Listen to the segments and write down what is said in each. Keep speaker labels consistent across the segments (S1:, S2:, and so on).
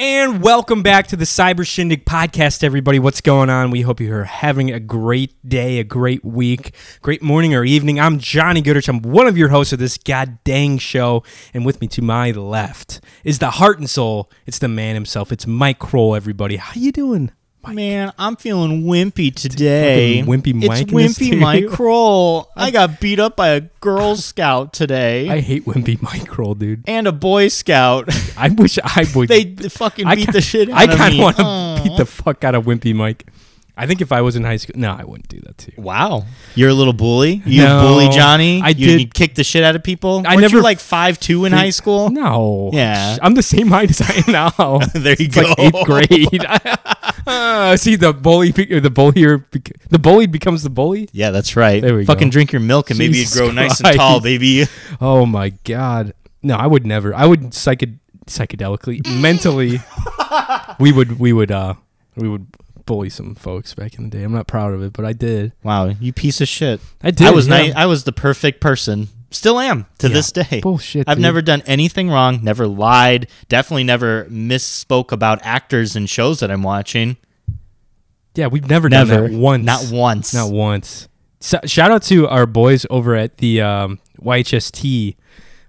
S1: And welcome back to the Cyber Shindig podcast, everybody. What's going on? We hope you're having a great day, a great week, great morning or evening. I'm Johnny Goodrich. I'm one of your hosts of this god dang show. And with me to my left is the heart and soul. It's the man himself. It's Mike Kroll, everybody. How you doing?
S2: Man, I'm feeling wimpy today.
S1: fucking wimpy Mike in
S2: It's
S1: the
S2: wimpy
S1: studio.
S2: Mike Kroll. I got beat up by a Girl Scout today
S1: I hate wimpy Mike Kroll, dude.
S2: and a Boy Scout.
S1: I wish I would.
S2: they d- fucking
S1: I
S2: beat
S1: ki-
S2: the shit out
S1: I
S2: of
S1: kinda
S2: me. Oh.
S1: want to
S2: Aw.
S1: beat the fuck out of wimpy Mike. I think if I was in high school, no, I wouldn't do that to you.
S2: Wow, you're a little bully. You
S1: No,
S2: bully Johnny.
S1: I
S2: you,
S1: did-
S2: you kick the shit out of people.
S1: I
S2: Weren't
S1: never
S2: you like five two in high school.
S1: No.
S2: Yeah.
S1: I'm the same height as I am now.
S2: There you
S1: it's
S2: go.
S1: Like eighth grade. uh, see the bully, be- the bullier, bec- the bully becomes the bully.
S2: Yeah, that's right.
S1: There we go.
S2: fucking drink your milk and maybe you
S1: Jesus
S2: grow nice and
S1: Christ.
S2: tall, baby.
S1: Oh my god. No, I would never. I would psychod- psychedelically, mentally. we would. We would. uh We would bully some folks back in the day. I'm not proud of it, but I did.
S2: Wow, you piece of shit.
S1: I did,
S2: I was
S1: yeah.
S2: ni- I was the perfect person. Still am to
S1: Yeah.
S2: this day.
S1: Bullshit,
S2: I've
S1: dude.
S2: never done anything wrong. Never lied. Definitely never misspoke about actors and shows that I'm watching.
S1: Yeah, we've never,
S2: Never.
S1: done that once.
S2: Not once.
S1: Not once. So, shout out to our boys over at the um, YHST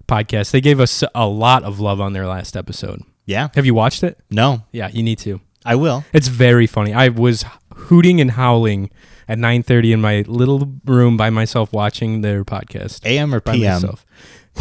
S1: podcast. They gave us a lot of love on their last episode.
S2: Yeah.
S1: Have you watched it?
S2: No.
S1: Yeah, you need to.
S2: I will.
S1: It's very funny. I was hooting and howling at 9:30 in my little room by myself watching their podcast
S2: AM or
S1: by
S2: PM.
S1: myself.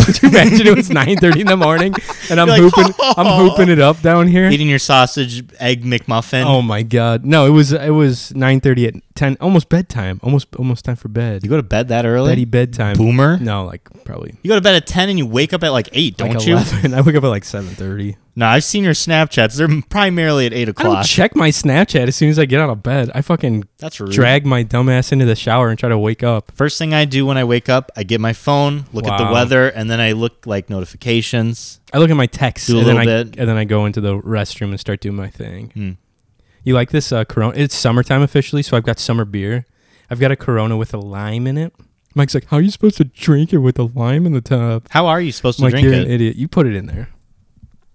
S1: Could you imagine it was 9:30 in the morning and I'm
S2: You're like,
S1: hooping I'm hooping it up down here?
S2: Eating your sausage egg McMuffin.
S1: Oh my god. No, it was it was 9:30 at 10 almost bedtime. Almost almost time for bed.
S2: You go to bed that early.
S1: Betty bedtime.
S2: Boomer.
S1: No, like probably
S2: You go to bed at ten and you wake up at like eight, don't
S1: like
S2: you?
S1: 11. I wake up at like 7:30.
S2: No, I've seen your Snapchats. They're primarily at eight
S1: I don't
S2: o'clock.
S1: check my Snapchat as soon as I get out of bed. I fucking
S2: That's rude.
S1: drag my dumbass into the shower and try to wake up.
S2: First thing I do when I wake up, I get my phone, look at the
S1: Wow.
S2: weather, and then I look like notifications.
S1: I look at my texts
S2: Do a
S1: and then I
S2: little bit.
S1: and then I go into the restroom and start doing my thing.
S2: Hmm.
S1: You like this uh, Corona? It's summertime officially, so I've got summer beer. I've got a Corona with a lime in it. Mike's like, "How are you supposed to drink it with a lime in the top?"
S2: How are you supposed
S1: I'm
S2: to
S1: like,
S2: drink
S1: "You're
S2: it?
S1: an idiot. You put it in there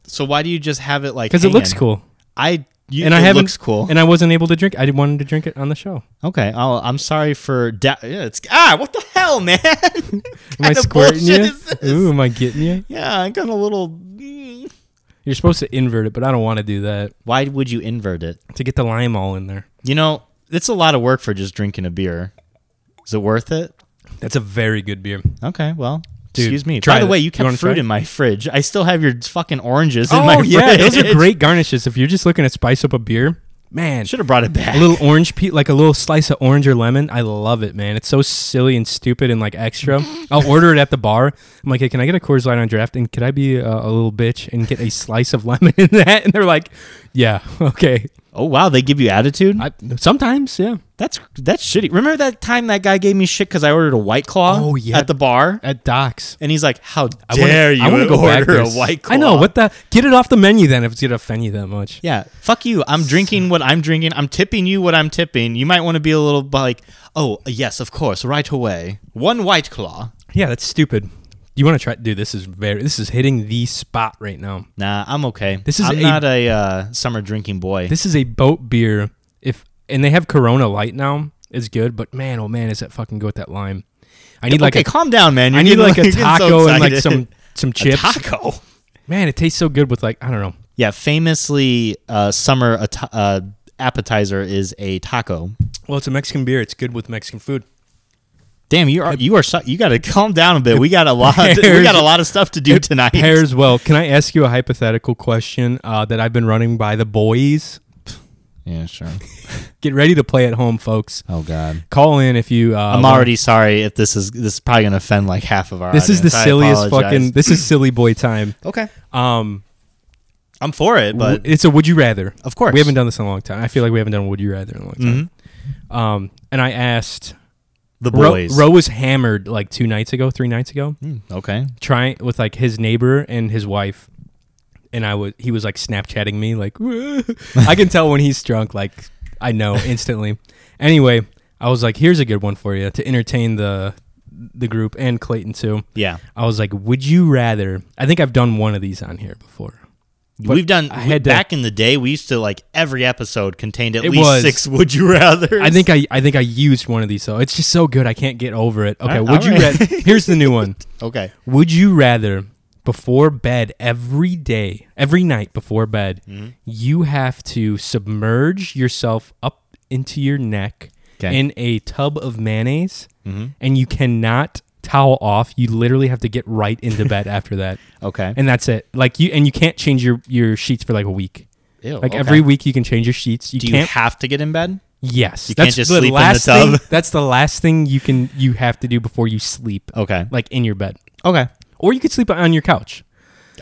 S2: So why do you just have it like?
S1: because it looks
S2: hanging?
S1: cool."
S2: I you,
S1: And I
S2: it
S1: haven't-
S2: looks cool.
S1: And I wasn't able to drink. I did- wanted to drink it on the show.
S2: okay, I'll, I'm sorry for da- yeah, it's ah what the hell, man?
S1: Am I
S2: Kinda
S1: squirting
S2: bullshit
S1: you?
S2: is this?
S1: Ooh, am I getting you?
S2: yeah, I got a little. mm.
S1: You're supposed to invert it, but I don't want to do that
S2: Why would you invert it?
S1: to get the lime all in there.
S2: You know, it's a lot of work for just drinking a beer. Is it worth it?
S1: That's a very good beer.
S2: Okay, well.
S1: Dude,
S2: Excuse me.
S1: try
S2: By the
S1: it.
S2: way,
S1: You
S2: you kept
S1: wanna
S2: fruit
S1: try?
S2: in my fridge. I still have your fucking oranges in my
S1: oh yeah,
S2: fridge.
S1: those are great garnishes. If you're just looking to spice up a beer, man,
S2: Should have brought it back.
S1: a little orange pe like a little slice of orange or lemon. I love it, man. It's so silly and stupid and like extra. I'll order it at the bar. I'm like, hey, can I get a Coors Light on draft? And could I be uh, a little bitch and get a slice of lemon in that? And they're like, yeah, okay.
S2: Oh wow, they give you attitude.
S1: I, sometimes, yeah.
S2: that's that's shitty. Remember that time that guy gave me shit because I ordered a white claw
S1: Oh, yeah.
S2: at the bar,
S1: At Docs.
S2: and he's like, "How
S1: I wanna-
S2: dare you
S1: I wanna
S2: order
S1: go back there.
S2: a white claw?"
S1: I know what the get it off the menu then if it's gonna offend you that much.
S2: Yeah, fuck you. I'm drinking what I'm drinking. I'm tipping you what I'm tipping. You might want to be a little bu- like, "Oh yes, of course, right away." One white claw.
S1: Yeah, that's stupid. You want to try, dude? This is very. This is hitting the spot right now.
S2: Nah, I'm okay.
S1: This is
S2: I'm
S1: a-
S2: not a uh, summer drinking boy.
S1: This is a boat beer. If and they have Corona Light now. It's good, but man, oh man, is that fucking good with that lime? I need like
S2: okay,
S1: a,
S2: calm down, man.
S1: I
S2: You're
S1: need
S2: getting-
S1: like a
S2: you're getting so
S1: taco and like
S2: excited.
S1: some some
S2: A
S1: chips.
S2: taco.
S1: man, it tastes so good with like I don't know.
S2: Yeah, famously, uh, summer at- uh, appetizer is a taco.
S1: Well, it's a Mexican beer. It's good with Mexican food.
S2: Damn, you are you are so, you got to calm down a bit. We got a lot. we got a lot of stuff to do tonight.
S1: Pairs well. Can I ask you a hypothetical question uh, that I've been running by the boys?
S2: Yeah, sure.
S1: Get ready to play at home, folks.
S2: Oh God,
S1: Call in if you. Uh,
S2: I'm
S1: want-
S2: already sorry if this is this is probably gonna offend like half of our.
S1: This is the
S2: audience. I
S1: silliest
S2: apologize.
S1: fucking. This is silly boy time.
S2: Okay,
S1: Um,
S2: I'm for it,
S1: W-
S2: but
S1: it's a would you rather.
S2: of course
S1: We haven't done this in a long time. I feel like we haven't done would you rather in a long time. Um, and I asked
S2: the
S1: Ro,
S2: Mm-hmm. boys.
S1: Ro was hammered like two nights ago, three nights ago,
S2: Hmm, okay,
S1: trying with like his neighbor and his wife. And I was he was like Snapchatting me like I can tell when he's drunk like I know instantly. anyway, I was like, here's a good one for you to entertain the the group and Clayton too.
S2: yeah.
S1: I was like, would you rather? I think I've done one of these on here before. But
S2: We've done
S1: I had to-
S2: back in the day. We used to like every episode contained at
S1: It
S2: least
S1: was.
S2: six. Would you rather?
S1: I think I I think I used one of these though. It's just so good. I can't get over it. Okay,
S2: All right,
S1: would
S2: all
S1: you
S2: right.
S1: rather Here's the new one.
S2: Okay.
S1: Would you rather before bed every day, every night before bed,
S2: Mm-hmm.
S1: you have to submerge yourself up into your neck
S2: Okay. Mm-hmm.
S1: in a tub of mayonnaise and you cannot towel off. You literally have to get right into bed after that.
S2: Okay.
S1: And that's it. Like you and you can't change your your sheets for like a week.
S2: Ew,
S1: Like
S2: Oh, okay.
S1: every week you can change your sheets. You
S2: Do you
S1: can't
S2: have to get in bed?
S1: Yes,
S2: You can't just sleep in the
S1: last
S2: tub.
S1: Thing, that's the last thing you can you have to do before you sleep,
S2: Okay.
S1: like in your bed,
S2: Okay.
S1: or you could sleep on your couch.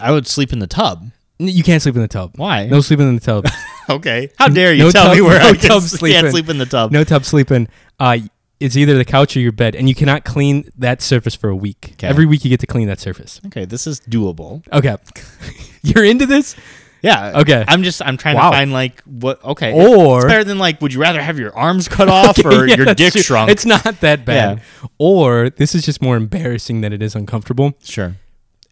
S2: I would sleep in the tub.
S1: N- You can't sleep in the tub.
S2: Why?
S1: No sleeping in the tub.
S2: Okay. How dare you
S1: No
S2: tell
S1: tub-
S2: me where
S1: no
S2: I
S1: tub
S2: can,
S1: sleep
S2: can't
S1: in.
S2: sleep in the tub?
S1: no tub sleeping. Uh, it's either the couch or your bed, and you cannot clean that surface for a week.
S2: Okay.
S1: Every week you get to clean that surface.
S2: Okay, this is doable.
S1: Okay, you're into this,
S2: Yeah.
S1: Okay.
S2: I'm just I'm trying
S1: Wow.
S2: to find like what okay.
S1: or
S2: it's better than like would you rather have your arms cut off or
S1: Yeah,
S2: your
S1: that's
S2: dick
S1: true.
S2: shrunk?
S1: It's not that bad. Or this is just more embarrassing than it is uncomfortable.
S2: sure.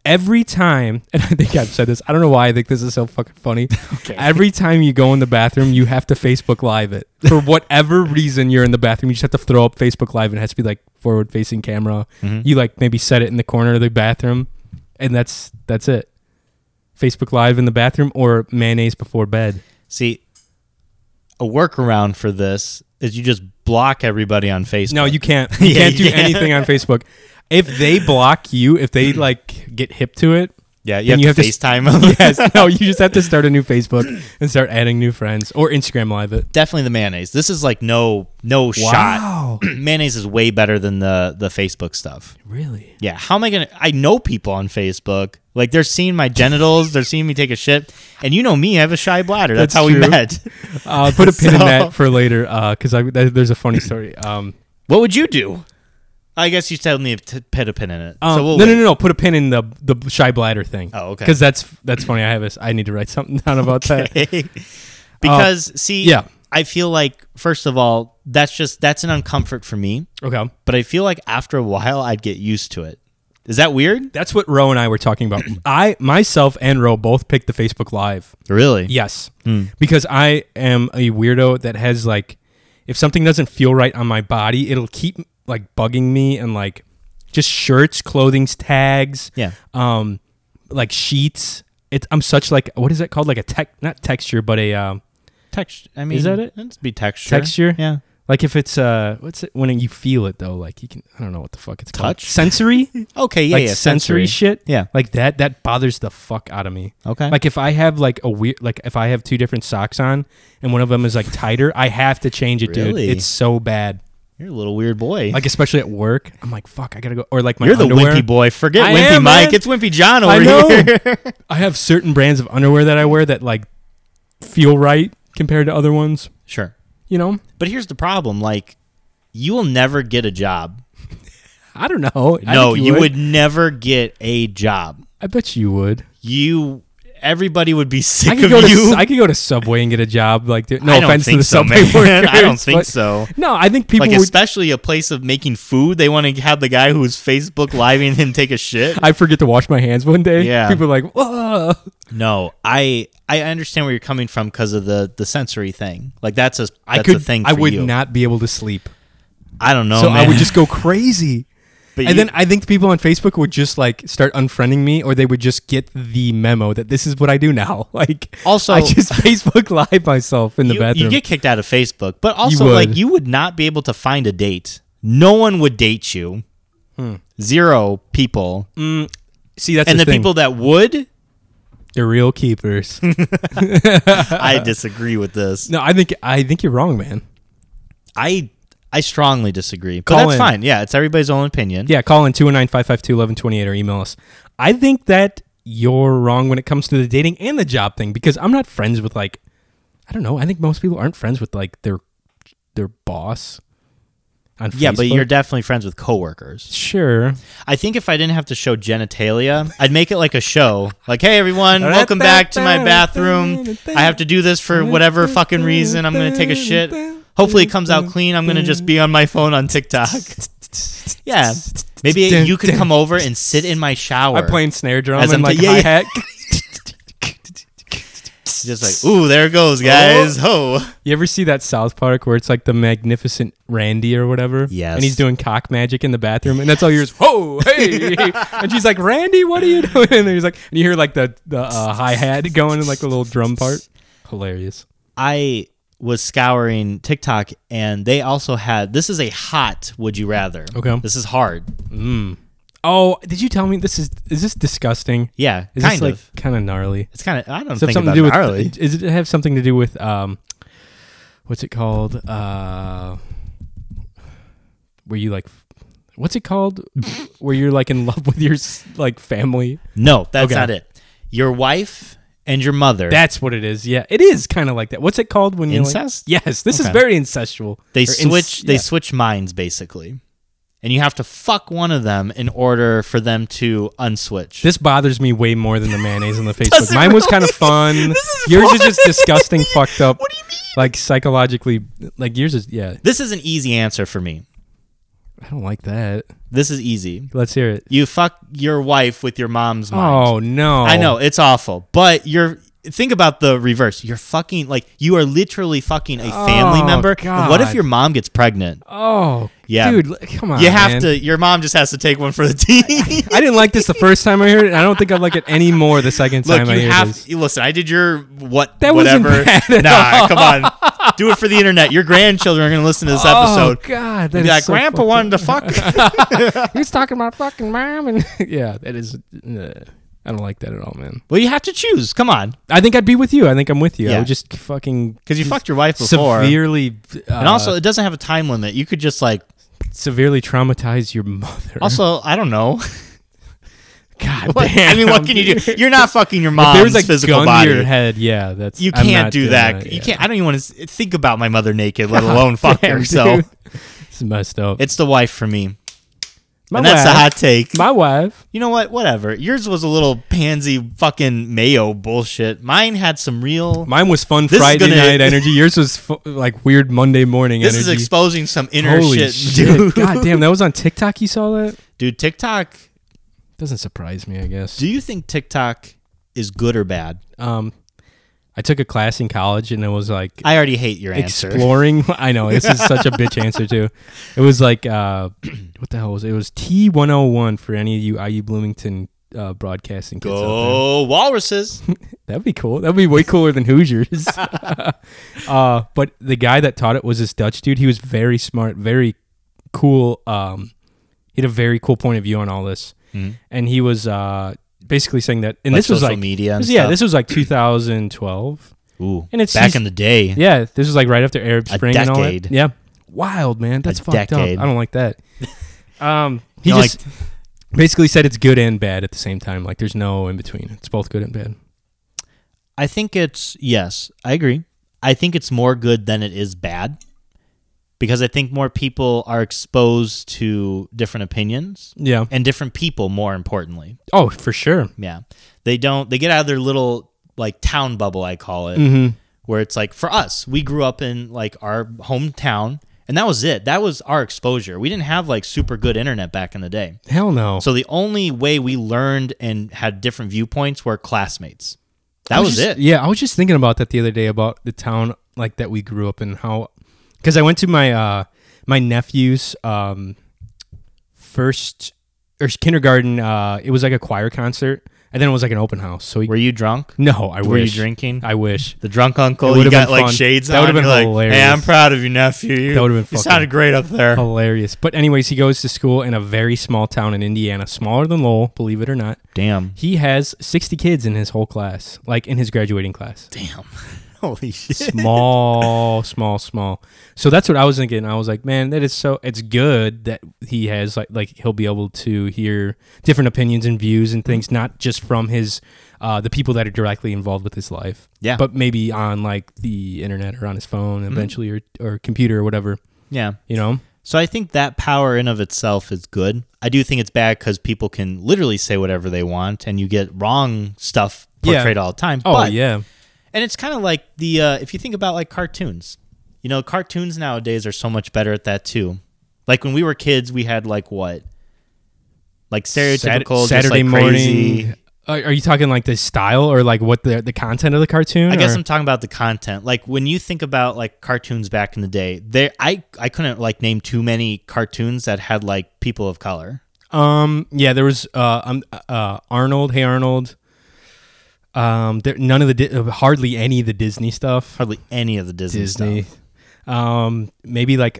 S1: every time, and I think I've said this. I don't know why I think this is so fucking funny. Every time you go in the bathroom, you have to Facebook Live it for whatever reason. You're in the bathroom, you just have to throw up Facebook Live, and it has to be like forward facing camera.
S2: Mm-hmm.
S1: You like maybe set it in the corner of the bathroom, and that's that's it. Facebook Live in the bathroom or mayonnaise before bed.
S2: See a workaround for this is you just block everybody on Facebook.
S1: No, you can't. You
S2: Yeah,
S1: can't do
S2: you can't.
S1: anything on Facebook. If they block you, if they
S2: Mm-hmm.
S1: like get hip to it,
S2: Yeah, you
S1: then
S2: have,
S1: you
S2: to
S1: have to
S2: FaceTime them.
S1: yes. No, you just have to start a new Facebook and start adding new friends or Instagram Live it.
S2: Definitely the mayonnaise. This is like no no shot. mayonnaise is way better than the the Facebook stuff.
S1: Really?
S2: Yeah, how am I gonna? I know people on Facebook. Like they're seeing my genitals, they're seeing me take a shit, and you know me, I have a shy bladder.
S1: That's
S2: That's, how we
S1: true.
S2: met.
S1: Uh, put a pin in
S2: So-
S1: that for later because I th- there's a funny story. Um,
S2: What would you do? I guess you told me to put a pin in it.
S1: um,
S2: so we'll
S1: no,
S2: wait.
S1: no, no, no. Put a pin in the the shy bladder thing.
S2: Oh, okay.
S1: Because that's that's funny. I have a s I need to write something down about that.
S2: because see,
S1: yeah.
S2: I feel like first of all, that's just that's an uncomfort for me.
S1: Okay. um,
S2: But I feel like after a while, I'd get used to it. Is that weird?
S1: That's what Ro and I were talking about. I myself and Ro both picked the Facebook Live.
S2: Really? Yeah.
S1: Yes.
S2: Hmm.
S1: Because I am a weirdo that has like if something doesn't feel right on my body, it'll keep like bugging me and like just shirts, clothing's tags,
S2: Yeah.
S1: um like sheets. It, I'm such like what is that called? Like a tech not texture, but a um
S2: Texture. I mean,
S1: that it?
S2: It'd be texture.
S1: Texture?
S2: Yeah.
S1: like if it's uh what's it when you feel it though, like you can I don't know what the fuck it's called.
S2: Touch?
S1: Sensory?
S2: Okay. Yeah.
S1: like
S2: yeah.
S1: sensory, shit.
S2: Yeah.
S1: Like that that bothers the fuck out of me.
S2: Okay.
S1: Like if I have like a weird like if I have two different socks on and one of them is like tighter, I have to change it,
S2: Really?
S1: dude. It's so bad.
S2: You're a little weird boy.
S1: Like especially at work, I'm like fuck, I gotta go. Or like my
S2: You're the
S1: underwear.
S2: wimpy boy. Forget
S1: I
S2: wimpy
S1: am,
S2: Mike.
S1: man.
S2: It's wimpy John over
S1: I know.
S2: here.
S1: I have certain brands of underwear that I wear that like feel right compared to other ones.
S2: sure.
S1: You know,
S2: But here's the problem. Like, you will never get a job.
S1: I don't know. I
S2: no,
S1: think
S2: you, would never get a job.
S1: I bet you would.
S2: You, everybody would be
S1: I
S2: sick
S1: could
S2: of
S1: go
S2: you.
S1: to I could go to Subway and get a job. Like dude- no
S2: I don't
S1: offense to
S2: think
S1: the
S2: so,
S1: Subway
S2: man.
S1: workers.
S2: I don't think
S1: but-
S2: so.
S1: No, I think people
S2: like
S1: would.
S2: especially a place of making food, they want to have the guy who's Facebook living him take a shit.
S1: I forget to wash my hands one day.
S2: Yeah.
S1: people are like, Whoa.
S2: No, I I understand where you're coming from because of the the sensory thing. Like that's a that's
S1: I could.
S2: a thing. For
S1: I would
S2: you.
S1: not be able to sleep.
S2: I don't know.
S1: so I
S2: man.
S1: would just go crazy.
S2: But
S1: and
S2: you-
S1: then I think the people on Facebook would just like start unfriending me, or they would just get the memo that this is what I do now. Like,
S2: Also-
S1: I just Facebook Live myself in the
S2: you,
S1: bathroom.
S2: You get kicked out of Facebook, but also
S1: would.
S2: like you would not be able to find a date. No one would date you. Hmm. Zero people,
S1: See, that's
S2: and
S1: the,
S2: the people that would,
S1: they're real keepers.
S2: I disagree with this.
S1: no, I think I think you're wrong, man.
S2: I I strongly disagree. But
S1: Call
S2: that's
S1: in.
S2: fine. Yeah, it's everybody's own opinion.
S1: Yeah, call in 209-552-1128 or email us. I think that you're wrong when it comes to the dating and the job thing because I'm not friends with like I don't know. I think most people aren't friends with like their their boss on
S2: Yeah, but
S1: Facebook.
S2: you're definitely friends with coworkers.
S1: sure.
S2: I think if I didn't have to show genitalia, I'd make it like a show. Like, hey everyone, welcome back to my bathroom. I have to do this for whatever fucking reason. I'm gonna take a shit. Hopefully it comes out clean. I'm gonna just be on my phone on TikTok. Yeah. Maybe you could come over and sit in my shower.
S1: I'm playing snare drum
S2: As
S1: and
S2: I'm
S1: like
S2: ta- yeah, yeah.
S1: hi hat.
S2: It's just like, ooh, there it
S1: Oh.
S2: goes, guys. Ho.
S1: You ever see that South Park where it's like the magnificent Randy or whatever?
S2: Yes.
S1: And he's doing cock magic in the bathroom, and that's all you hear is "Whoa, hey!" and she's like, "Randy, what are you doing?" And he's like, and you hear like the the uh, hi hat going and like the little drum part. Hilarious.
S2: I was scouring TikTok and they also had this is a hot would you rather.
S1: Okay.
S2: This is hard.
S1: Oh, did you tell me this is is this disgusting?
S2: Yeah,
S1: Is
S2: kind
S1: this
S2: of.
S1: like kind of gnarly?
S2: it's kind of I don't
S1: Does it
S2: think
S1: have something
S2: about
S1: to do with
S2: gnarly.
S1: Is it have something to do with um, what's it called? Uh, were you like, what's it called? where you're like in love with your s- like family?
S2: no, that's
S1: Okay.
S2: not it. Your wife and your mother.
S1: That's what it is. Yeah, it is kind of like that. What's it called when you
S2: Incest?
S1: Like, yes, this is
S2: Okay.
S1: very incestual. Or
S2: they
S1: ins-
S2: switch they
S1: yeah.
S2: switch minds basically. And you have to fuck one of them in order for them to unswitch.
S1: This bothers me way more than the mayonnaise on the Facebook.
S2: Does it
S1: Mine was kind of
S2: really?
S1: fun.
S2: This is
S1: yours
S2: fun.
S1: is just disgusting, fucked up.
S2: What do you mean?
S1: Like psychologically, like yours is yeah.
S2: This is an easy answer for me.
S1: I don't like that.
S2: This is easy.
S1: Let's hear it.
S2: You fuck your wife with your mom's mind.
S1: Oh no!
S2: I know it's awful, but you're think about the reverse. You're fucking like you are literally fucking a family
S1: Oh,
S2: member. And what
S1: God.
S2: if your mom gets pregnant?
S1: Oh
S2: Yeah.
S1: dude, l- come on.
S2: you have
S1: man.
S2: to. Your mom just has to take one for the team.
S1: I didn't like this the first time I heard it. and I don't think I'd like it any more the second
S2: Look,
S1: time I
S2: you
S1: hear
S2: have
S1: this.
S2: listen. I did your what?
S1: That wasn't
S2: whatever.
S1: bad at
S2: nah, come on. Do it for the internet. Your grandchildren are gonna listen to this
S1: Oh
S2: episode.
S1: God,
S2: Be
S1: that is
S2: like,
S1: so
S2: Grandpa
S1: fucked
S2: wanted to fuck.
S1: up. He's talking about fucking mom, and yeah, that is. uh, I don't like that at all, man.
S2: well, you have to choose. Come on,
S1: I think I'd be with you. I think I'm with you. I
S2: Yeah.
S1: would just fucking
S2: because you
S1: just
S2: fucked your wife before,
S1: severely, uh,
S2: and also it doesn't have a time limit. You could just like.
S1: severely traumatize your mother.
S2: Also, I don't know.
S1: God
S2: What-
S1: damn.
S2: I mean, what can you do?
S1: dude.
S2: You're not fucking your
S1: If
S2: mom's
S1: there was a
S2: physical
S1: gun
S2: body.
S1: to your head, yeah, that's
S2: You
S1: I'm
S2: can't
S1: not
S2: do
S1: doing
S2: that.
S1: yeah. Oh,
S2: You can't. I don't even want to think about my mother naked, let alone fuck her.
S1: Damn,
S2: So
S1: dude. it's messed up.
S2: it's the wife for me,
S1: My
S2: and that's a
S1: wife-
S2: hot take.
S1: My wife.
S2: you know what? Whatever. Yours was a little pansy fucking mayo bullshit. Mine had some real.
S1: Mine was fun
S2: This is
S1: Friday
S2: gonna-
S1: night energy. Yours was fu- like weird Monday morning
S2: this is
S1: energy.
S2: exposing some inner
S1: Holy
S2: shit, dude.
S1: God damn, that was on TikTok. You saw that?
S2: Dude, TikTok.
S1: Doesn't surprise me, I guess.
S2: Do you think TikTok is good or bad?
S1: Um, I took a class in college and it was like
S2: I already hate your answer.
S1: exploring. I know this is such a bitch answer too. It was like uh, what the hell was it? It was T one hundred one for any of you IU Bloomington uh, broadcasting kids. out there.
S2: Go walruses.
S1: That'd be cool. That'd be way cooler than Hoosiers. uh, but the guy that taught it was this Dutch dude. He was very smart, very cool. Um, he had a very cool point of view on all this, and he was uh, basically saying that. And
S2: Mm-hmm. Like
S1: this was
S2: social
S1: like
S2: media and
S1: this- yeah,
S2: stuff?
S1: this was like 2012.
S2: Ooh,
S1: And it's
S2: back
S1: he's-
S2: in the day.
S1: Yeah, this was like right after Arab
S2: A
S1: Spring and all
S2: decade.
S1: that. Yeah, wild man. That's fucked
S2: decade.
S1: up. I don't like that. Um, he
S2: You know,
S1: just basically said it's good and bad at the same time. Like there's no in between. It's both good and bad.
S2: I think it's yes, I agree. I think it's more good than it is bad because I think more people are exposed to different opinions
S1: Yeah.
S2: and different people more importantly.
S1: Oh, for sure.
S2: Yeah. They don't they get out of their little like town bubble I call it
S1: Mm-hmm.
S2: where it's like for us, we grew up in like our hometown and that was it. That was our exposure. We didn't have like super good internet back in the day.
S1: Hell no.
S2: So the only way we learned and had different viewpoints were classmates. That
S1: I
S2: was,
S1: just-
S2: it.
S1: Yeah, I was just thinking about that the other day about the town like that we grew up in. How because I went to my uh my nephew's um first or kindergarten. Uh, it was like a choir concert, and then it was like an open house. So he,
S2: Were you drunk?
S1: no, I
S2: Were
S1: wish.
S2: you drinking?
S1: I wish.
S2: The drunk uncle.
S1: It
S2: You
S1: would've
S2: got
S1: been
S2: like
S1: fun.
S2: shades
S1: That
S2: on.
S1: would've been
S2: You're like, Hey,
S1: hilarious.
S2: I'm proud of you, nephew. You,
S1: That would've been
S2: you
S1: fucking-
S2: sounded great up there.
S1: Hilarious. But anyways, he goes to school in a very small town in Indiana, smaller than Lowell, believe it or not.
S2: Damn.
S1: He has 60 kids in his whole class, like in his graduating class.
S2: Damn. Holy shit.
S1: small, small, small. So that's what I was thinking. I was like, man, that is so. It's good that he has like like he'll be able to hear different opinions and views and things, not just from his uh, the people that are directly involved with his life.
S2: Yeah. Mm-hmm.
S1: but maybe on like the internet or on his phone eventually, or or computer or whatever.
S2: Yeah.
S1: You know.
S2: So I think that power in of itself is good. I do think it's bad because people can literally say whatever they want, and you get wrong stuff
S1: Yeah.
S2: portrayed all the time.
S1: Oh
S2: But-
S1: yeah.
S2: And it's kind of like the uh, if you think about like cartoons, you know, cartoons nowadays are so much better at that too. Like when we were kids, we had like what, like stereotypical,
S1: Sat- Saturday
S2: just like
S1: morning.
S2: crazy,
S1: Are are you talking like the style or like what the the content of the cartoon?
S2: I guess
S1: or-
S2: I'm talking about the content. Like when you think about like cartoons back in the day, there I I couldn't like name too many cartoons that had like people of color.
S1: Um. Yeah. There was uh um uh Arnold. Hey Arnold. Um. There none of the Di- uh, hardly any of the Disney stuff.
S2: Hardly any of the Disney,
S1: Disney.
S2: stuff.
S1: Um. Maybe like.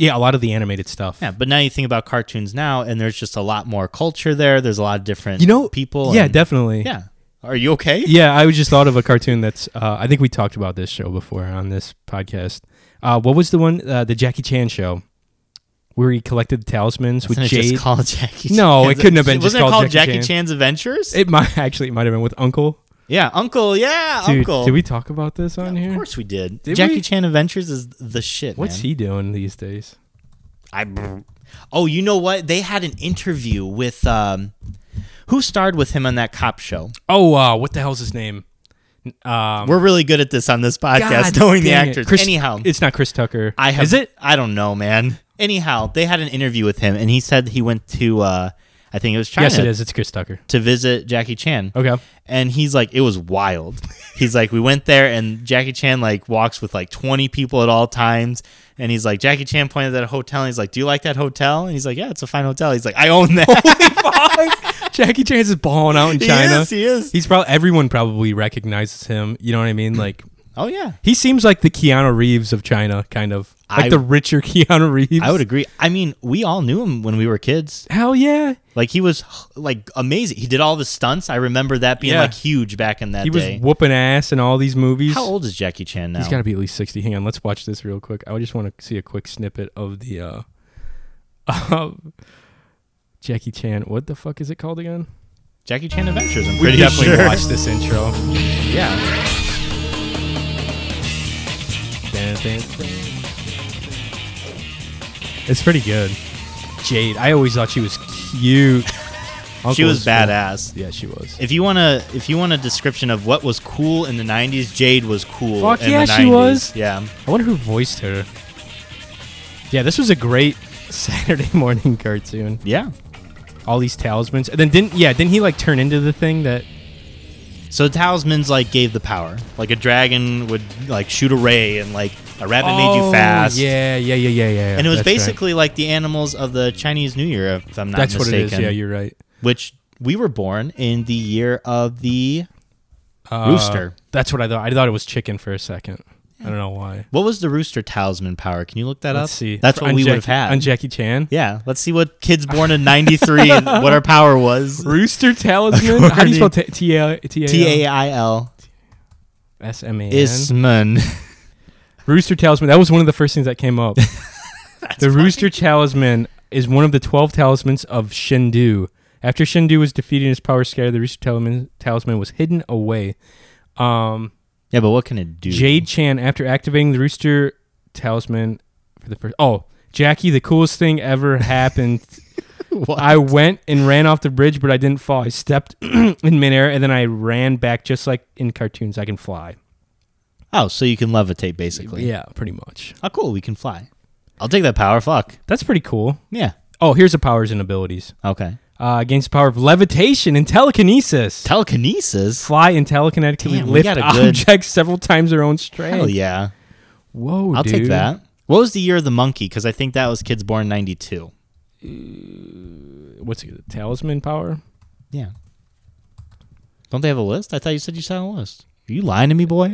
S1: Yeah, a lot of the animated stuff.
S2: Yeah, but now you think about cartoons now, and there's just a lot more culture there. There's a lot of different
S1: You know.
S2: people.
S1: Yeah.
S2: and-
S1: Definitely.
S2: yeah. Are you okay?
S1: Yeah. I just thought of a cartoon that's. Uh, I think we talked about this show before on this podcast. Uh, what was the one? Uh, the Jackie Chan show, where he collected talismans
S2: Wasn't
S1: with
S2: it just
S1: Jade.
S2: called Jackie?
S1: No, it
S2: Chan's-
S1: couldn't have been just
S2: Wasn't
S1: called
S2: it called
S1: Jackie
S2: Jackie,
S1: Chan.
S2: Chan's Adventures?
S1: it might actually it might have been with Uncle.
S2: yeah, Uncle. Yeah,
S1: Dude,
S2: Uncle.
S1: did we talk about this on
S2: Of
S1: here?
S2: course we did.
S1: Did
S2: Jackie
S1: we?
S2: Chan Adventures is the shit.
S1: What's
S2: man.
S1: he doing these days?
S2: I. Oh, you know what? They had an interview with um, who starred with him on that cop show.
S1: Oh, uh, what the hell's his name? Um,
S2: We're really good at this on this podcast,
S1: God
S2: knowing the
S1: dang it.
S2: actors.
S1: Chris-
S2: Anyhow,
S1: it's not Chris Tucker.
S2: I have,
S1: Is it?
S2: I don't know, man. Anyhow, they had an interview with him, and he said he went to, uh, I think it was China,
S1: Yes, it is. Oh. It's Chris Tucker.
S2: to visit Jackie Chan.
S1: Okay.
S2: and he's like it was wild he's like we went there and jackie chan like walks with like 20 people at all times and he's like jackie chan pointed at a hotel and he's like do you like that hotel and he's like yeah it's a fine hotel he's like i own that
S1: Jackie Chan's is balling out in
S2: he
S1: China.
S2: is he is
S1: He's probably everyone probably recognizes him. You know what I mean? Like
S2: oh yeah
S1: he seems like the Keanu Reeves of China, kind of like
S2: I-
S1: the richer Keanu Reeves.
S2: i would agree i mean we all knew him when we were kids
S1: Hell yeah!
S2: like he was like amazing he did all the stunts i remember that being
S1: Yeah.
S2: like huge back in that
S1: He was
S2: day
S1: whooping ass in all these movies.
S2: how old is jackie chan now
S1: He's got to be at least sixty. Hang on, let's watch this real quick. I just want to see a quick snippet of the uh, of Jackie Chan. What the fuck is it called again?
S2: jackie chan adventures i'm
S1: We
S2: pretty
S1: definitely
S2: sure
S1: watch this intro.
S2: yeah
S1: It's pretty good. Jade, I always thought she was cute.
S2: she
S1: Uncle
S2: was badass
S1: Yeah, she was.
S2: If you want to, if you want a description of what was cool in the '90s, Jade was cool.
S1: Fuck
S2: in
S1: yeah,
S2: the 90s.
S1: she was.
S2: Yeah,
S1: I wonder who voiced her. Yeah, this was a great Saturday morning cartoon.
S2: yeah.
S1: All these talismans, and then didn't yeah didn't he like turn into the thing that
S2: So talismans like gave the power. Like a dragon would like shoot a ray, and like a rabbit made you fast.
S1: Oh, Yeah, yeah, yeah, yeah, yeah.
S2: And it was
S1: that's right.
S2: basically like the animals of the Chinese New Year, if I'm not
S1: that's what
S2: mistaken.
S1: it is. Yeah, you're right.
S2: Which we were born in the year of the
S1: Uh,
S2: Rooster.
S1: That's what I thought. I thought it was chicken for a second. I don't know why.
S2: what was the rooster talisman power? Can you look that up?
S1: Let's see.
S2: That's what
S1: On
S2: we would have
S1: Jackie- on
S2: had.
S1: Jackie Chan.
S2: yeah, let's see what kids born in '93 and what our power was.
S1: Rooster talisman. How do you spell t- T A T A
S2: T A I L
S1: S M A N?
S2: Isman.
S1: Rooster talisman. That was one of the first things that came up. the rooster talisman is one of the twelve talismans of Shindu. After Shindu was defeated and his power scattered, the rooster talisman, talisman was hidden away. Um,
S2: Yeah, but what can it do?
S1: Jade Chan, after activating the rooster talisman for the first. Oh, Jackie, the coolest thing ever happened.
S2: What?
S1: I went and ran off the bridge, but I didn't fall. I stepped in midair and then I ran back just like in cartoons. I can fly.
S2: oh, so you can levitate basically.
S1: Yeah, pretty much.
S2: Oh, cool. We can fly. I'll take that power. Fuck.
S1: That's pretty cool.
S2: Yeah.
S1: Oh, here's the powers and abilities.
S2: Okay.
S1: Uh, gains the power of levitation and telekinesis.
S2: Telekinesis.
S1: Fly and telekinetically
S2: Damn, we
S1: lift
S2: got a good-
S1: objects several times their own strength.
S2: Hell yeah.
S1: Whoa,
S2: I'll take
S1: dude.
S2: that. What was the year of the monkey? Because I think that was kids born '92.
S1: What's it? Talisman power?
S2: Yeah. Don't they have a list? I thought you said you saw a list. Are you lying to me, boy?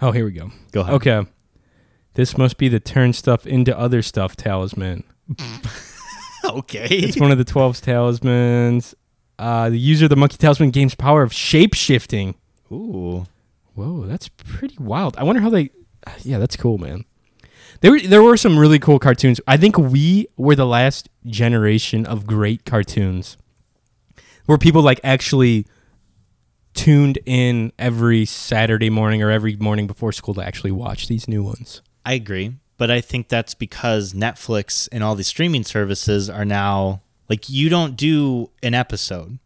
S1: Oh, here we go.
S2: Go ahead.
S1: Okay. This must be the turn stuff into other stuff talisman.
S2: Okay.
S1: It's one of the 12's talismans. Uh, the user of the monkey talisman gains power of shape shifting.
S2: Ooh.
S1: Whoa, that's pretty wild. I wonder how they. Yeah, that's cool, man. There, were, there were some really cool cartoons. I think we were the last generation of great cartoons, where people like actually tuned in every Saturday morning or every morning before school to actually watch these new ones.
S2: I agree, but I think that's because Netflix and all these streaming services are now like you don't do an episode.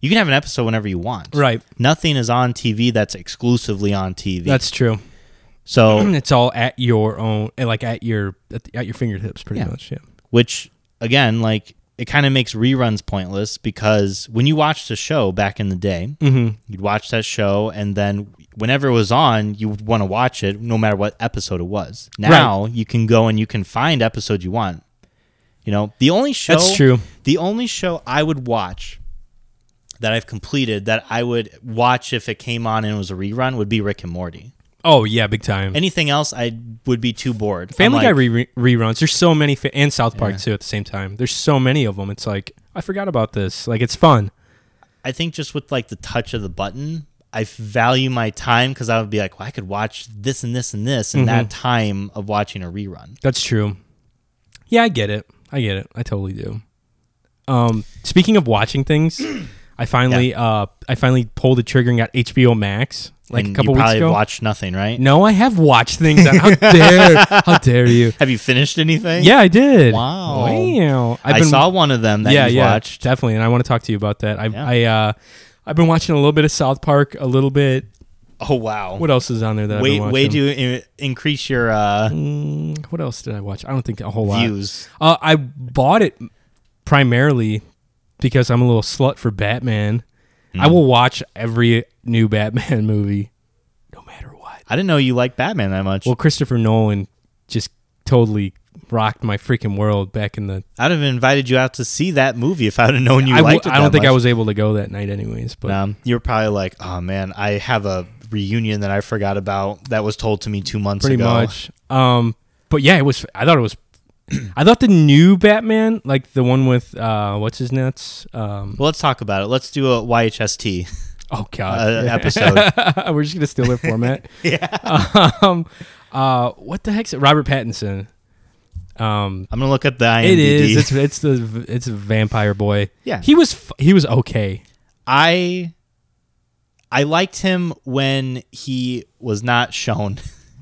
S2: You can have an episode whenever you want.
S1: Right.
S2: Nothing is on TV that's exclusively on TV.
S1: That's true.
S2: so
S1: It's all at your own, like at your at, the- at your fingertips, pretty
S2: Yeah.
S1: much. Yeah.
S2: which again like it kind of makes reruns pointless because when you watched a show back in the day,
S1: Mm-hmm.
S2: you'd watch that show, and then whenever it was on, you would want to watch it no matter what episode it was. Now you can go and you can find episodes you want. You know, the only show
S1: That's true.
S2: The only show I would watch that I've completed that I would watch if it came on and it was a rerun would be Rick and Morty.
S1: Oh yeah, big time.
S2: Anything else, I would be too bored. I'm
S1: Family
S2: like,
S1: Guy re- re- reruns. There's so many, fa- and South Park too. At the same time, there's so many of them. It's like I forgot about this. Like it's fun.
S2: I think just with like the touch of the button, I value my time because I would be like, well, I could watch this and this and this in that
S1: Mm-hmm.
S2: time of watching a rerun.
S1: That's true. Yeah, I get it. I get it. I totally do. Um, speaking of watching things, I finally uh I finally pulled the trigger and got HBO Max like
S2: And
S1: a couple
S2: Mm, you
S1: weeks
S2: probably
S1: ago.
S2: watched nothing, right?
S1: no, I have watched things. On, how dare how dare you?
S2: Have you finished anything?
S1: Yeah, I did.
S2: Wow.
S1: Wow. I've
S2: i
S1: been-
S2: saw one of them that you watched.
S1: definitely. And I want to talk to you about that. I,
S2: Yeah.
S1: I, uh, I've been watching a little bit of South Park, a little bit.
S2: Oh wow!
S1: What else is on there that I've
S2: way
S1: been
S2: way
S1: watching?
S2: to in- increase your uh,
S1: Mm, what else did I watch? I don't think a whole lot.
S2: views.
S1: Uh, I bought it primarily because I'm a little slut for Batman. I
S2: Hmm.
S1: will watch every new Batman movie, no matter what.
S2: I didn't know you liked Batman that much.
S1: Well, Christopher Nolan just totally rocked my freaking world back in the.
S2: I'd have invited you out to see that movie if I'd have known you
S1: I w-
S2: liked it.
S1: I don't
S2: that
S1: think I
S2: much.
S1: was able to go that night, anyways. But
S2: Um, you were probably like, oh man, I have a reunion that I forgot about that was told to me two months
S1: pretty
S2: ago.
S1: much. Um, but yeah, it was. I thought it was. I thought the new Batman, like the one with uh, what's his nuts. Um,
S2: Well, let's talk about it. Let's do a YHST
S1: oh
S2: uh,
S1: god,
S2: episode.
S1: we're just gonna steal their format. Um, uh, what the heck's it? Robert Pattinson. Um,
S2: I'm gonna look up the IMDb.
S1: it is. It's it's the it's a vampire boy.
S2: Yeah.
S1: he was f- he was okay.
S2: I I liked him when he was not shown.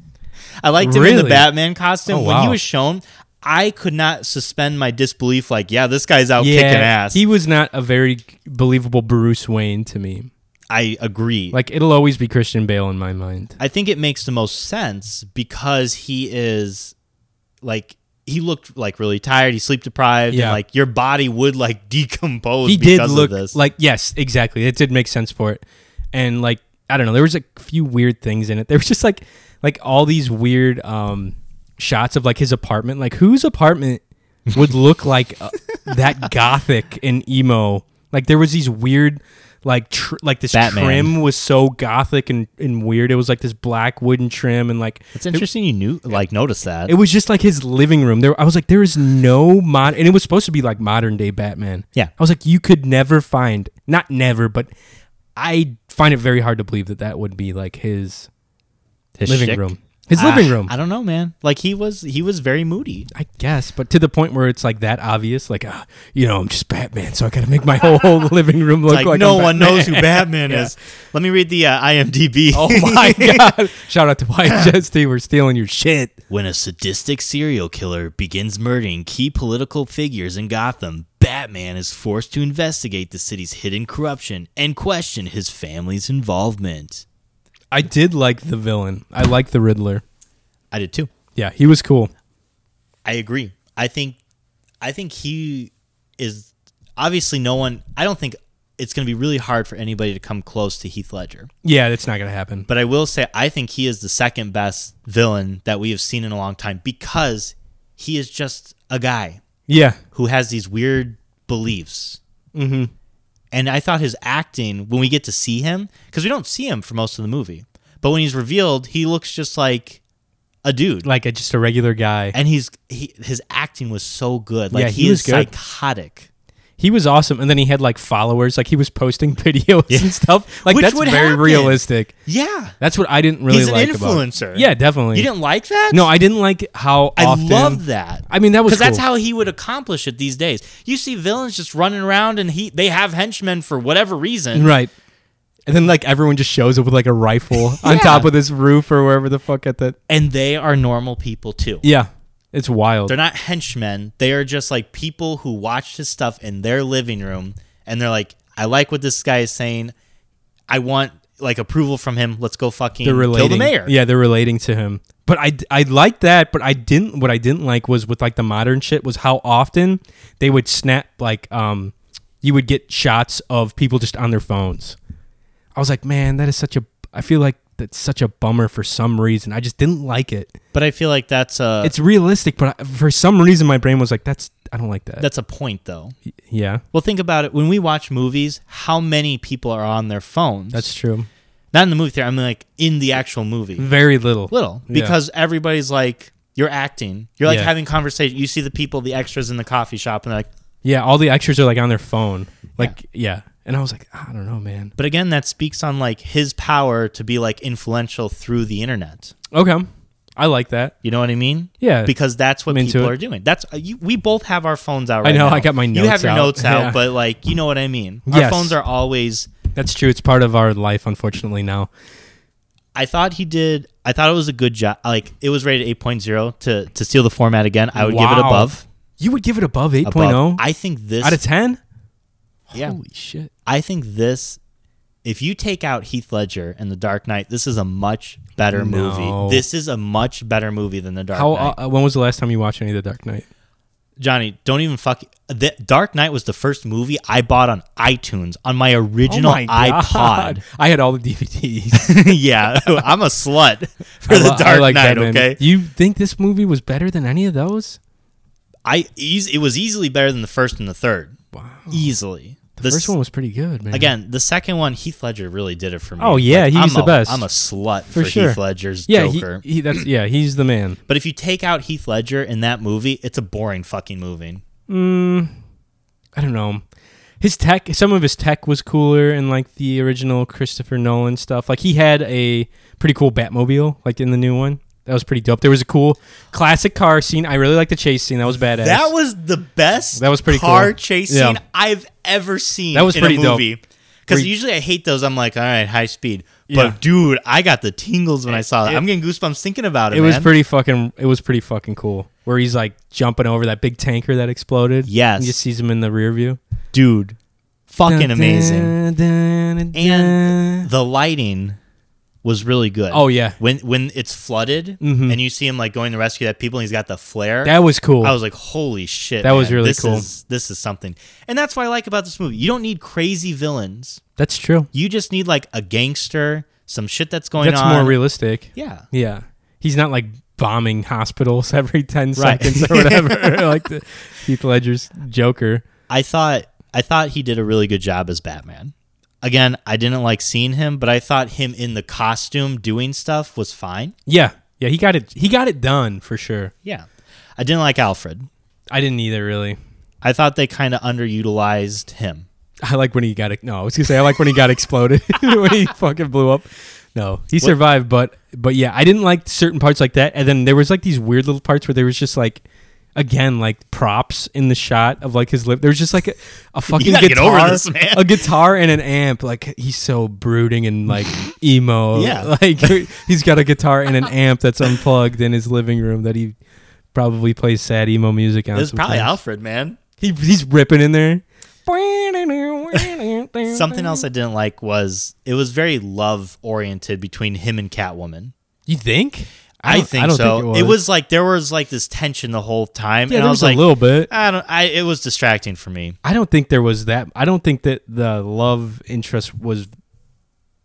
S2: I liked him in the
S1: Really?
S2: Batman costume
S1: Oh,
S2: when he
S1: wow.
S2: was shown. I could not suspend my disbelief. Like, yeah, this guy's out kicking ass.
S1: he was not a very believable Bruce Wayne to me.
S2: I agree.
S1: Like it'll always be Christian Bale in my mind.
S2: I think it makes the most sense because he is like he looked like really tired, he's sleep deprived,
S1: Yeah.
S2: and like your body would like decompose
S1: he did
S2: because
S1: look
S2: of this.
S1: like yes, exactly. It did make sense for it, and like I don't know, there was a few weird things in it. There was just like like all these weird um shots of like his apartment. Like whose apartment would look like uh, that gothic and emo? Like there was these weird like tr- like this
S2: Batman.
S1: trim was so gothic and, and weird. It was like this black wooden trim and like
S2: it's interesting you knew like noticed that.
S1: it was just like his living room. There, I was like, there is no mod, and it was supposed to be like modern day Batman.
S2: Yeah.
S1: I was like, you could never find, not never, but I find it very hard to believe that that would be like his
S2: His
S1: living
S2: shtick.
S1: room, his
S2: Ah,
S1: living room.
S2: I don't know, man. Like he was he was very moody.
S1: I guess, but to the point where it's like that obvious, like uh, you know, I'm just Batman, so I got to make my whole, whole living room look
S2: Like,
S1: like,
S2: no
S1: I'm
S2: one
S1: Batman.
S2: knows who Batman is. Let me read the uh, IMDb.
S1: Oh my god! Shout out to YHST, we're stealing your shit.
S2: When a sadistic serial killer begins murdering key political figures in Gotham, Batman is forced to investigate the city's hidden corruption and question his family's involvement.
S1: I did like the villain. I like the Riddler.
S2: I did too.
S1: Yeah, he was cool.
S2: I agree. I think I think he is obviously no one I don't think it's going to be really hard for anybody to come close to Heath Ledger.
S1: Yeah, that's not gonna happen.
S2: But I will say, I think he is the second best villain that we have seen in a long time because he is just a guy
S1: yeah,
S2: who has these weird beliefs. Mm-hmm. And I thought his acting, when we get to see him, because we don't see him for most of the movie, but when he's revealed, he looks just like a dude.
S1: like a, just a regular guy.
S2: And he's he, his acting was so good. Like
S1: Yeah,
S2: he,
S1: he
S2: is
S1: was good.
S2: psychotic.
S1: He was awesome, and then he had like followers. Like he was posting videos and stuff. Like
S2: Which
S1: that's
S2: would
S1: very
S2: happen.
S1: realistic.
S2: Yeah.
S1: That's what I didn't really
S2: He's an
S1: like
S2: influencer.
S1: about. Yeah, definitely.
S2: You didn't like that?
S1: No, I didn't like how
S2: I
S1: often.
S2: love that.
S1: I mean, that was
S2: because that's
S1: cool.
S2: how he would accomplish it these days. You see villains just running around, and he they have henchmen for whatever reason.
S1: right. And then like everyone just shows up with like a rifle
S2: Yeah.
S1: on top of this roof or wherever the fuck at that.
S2: And they are normal people too.
S1: Yeah, it's wild.
S2: They're not henchmen. They are just like people who watched his stuff in their living room, and they're like, "I like what this guy is saying. I want like approval from him. Let's go fucking
S1: They're
S2: kill
S1: relating.
S2: the mayor."
S1: Yeah, they're relating to him. But I, I liked that, but I didn't. What I didn't like was with like the modern shit was how often they would snap like um, you would get shots of people just on their phones. I was like, man, that is such a. I feel like that's such a bummer for some reason. I just didn't like it.
S2: But I feel like that's a
S1: It's realistic, but I, for some reason my brain was like, that's I don't like that.
S2: that's a point though.
S1: yeah,
S2: Well, think about it. When we watch movies, how many people are on their phones?
S1: that's true.
S2: not in the movie theater. I mean, like in the actual movie,
S1: Very little.
S2: little
S1: Yeah.
S2: because everybody's like you're acting. You're like
S1: Yeah.
S2: having conversation. You see the people, the extras in the coffee shop, and they're like.
S1: Yeah, all the extras are like on their phone. Like yeah, and I was like, I don't know, man.
S2: But again, that speaks on like his power to be like influential through the internet.
S1: Okay, I like that.
S2: You know what I mean?
S1: Yeah.
S2: Because that's what
S1: I'm into
S2: people
S1: it.
S2: are doing. That's uh, you, we both have our phones out.
S1: I
S2: Right
S1: know,
S2: now.
S1: I got my
S2: You have
S1: notes
S2: your
S1: out.
S2: notes out,
S1: Yeah.
S2: but like you know what I mean. Our
S1: Yes.
S2: phones are always.
S1: That's true. It's part of our life, unfortunately. Now,
S2: I thought he did. I thought it was a good job. Like it was rated 8.0 to to steal the format again. I would give it
S1: Wow.
S2: above.
S1: you would give it above eight
S2: Above.
S1: point oh
S2: I think this.
S1: out of ten.
S2: yeah.
S1: Holy shit!
S2: I think this. If you take out Heath Ledger and The Dark Knight, this is a much
S1: No.
S2: better movie. This is a much better movie than The Dark
S1: How
S2: Knight.
S1: uh, when was the last time you watched any of the Dark Knight?
S2: Johnny, don't even fuck. The Dark Knight was the first movie I bought on iTunes on my original iPod.
S1: Oh I had all the DVDs.
S2: yeah, I'm a slut for
S1: I
S2: the
S1: li- I
S2: Dark
S1: like
S2: Knight.
S1: Batman.
S2: okay,
S1: You think this movie was better than any of those?
S2: I eas it was easily better than the first and the third. Wow, easily. The,
S1: The
S2: s-
S1: first one was pretty good, man.
S2: again, the second one, Heath Ledger really did it for me.
S1: Oh, yeah, he's
S2: I'm
S1: the
S2: a-
S1: best.
S2: I'm a slut
S1: For
S2: for,
S1: sure.
S2: Heath Ledger's
S1: yeah, he,
S2: Joker.
S1: he, that's yeah, he's the man.
S2: but if you take out Heath Ledger in that movie, it's a boring fucking movie.
S1: I don't know. His tech, some of his tech was cooler in like the original Christopher Nolan stuff. Like he had a pretty cool Batmobile, like in the new one. That was pretty dope. There was a cool classic car scene. I really liked the chase scene. That was badass.
S2: That was the best.
S1: That was pretty cool.
S2: car chase
S1: Yeah.
S2: scene I've ever seen.
S1: That was
S2: in
S1: pretty
S2: a
S1: dope.
S2: movie. Because
S1: Where-
S2: usually I hate those. I'm like, all right, high speed. But
S1: Yeah.
S2: dude, I got the tingles when I saw that.
S1: it-
S2: I'm getting goosebumps thinking about it.
S1: it was
S2: man.
S1: pretty fucking. It was pretty fucking cool. Where he's like jumping over that big tanker that exploded.
S2: Yes.
S1: he just sees him in the rear view.
S2: dude, fucking amazing.
S1: and
S2: And the lighting was really good.
S1: Oh, Mm-hmm. yeah.
S2: When when it's flooded and you see him like going to rescue that people, and he's got the flare.
S1: that was cool.
S2: I was like, holy shit.
S1: That was
S2: man.
S1: really
S2: this
S1: cool.
S2: Is, this is something. And that's what I like about this movie. You don't need crazy villains.
S1: that's true.
S2: You just need like a gangster, some shit that's going
S1: That's
S2: on.
S1: more realistic.
S2: Yeah.
S1: Yeah. He's not like bombing hospitals every 10
S2: Right.
S1: seconds or whatever, like the Heath Ledger's Joker.
S2: I thought I thought he did a really good job as Batman. Again, I didn't like seeing him, but I thought him in the costume doing stuff was fine.
S1: Yeah. Yeah, he got it he got it done for sure.
S2: Yeah. I didn't like Alfred.
S1: I didn't either really.
S2: I thought they kind of underutilized him.
S1: I like when he got it. No, I was gonna say I like when he got exploded when he fucking blew up. No, he survived, but but yeah, I didn't like certain parts like that. And then there was like these weird little parts where there was just like, again, like props in the shot of like his lip. There was just like a, a fucking
S2: gotta get over
S1: guitar,
S2: this, man.
S1: a guitar and an amp. Like he's so brooding and like emo.
S2: Yeah.
S1: like he's got a guitar and an amp that's unplugged in his living room that he probably plays sad emo music on.
S2: It was probably
S1: sometimes.
S2: Alfred, man.
S1: He, he's ripping in there.
S2: Something else I didn't like was it was very love oriented between him and Catwoman.
S1: You think?
S2: I,
S1: don't-
S2: think
S1: don't
S2: so.
S1: think
S2: it, was. like there was like this tension the whole time,
S1: Yeah, there
S2: and I
S1: was
S2: was,
S1: a
S2: like,
S1: little bit.
S2: I don't. I it was distracting for me.
S1: I don't think there was that. I don't think that the love interest was.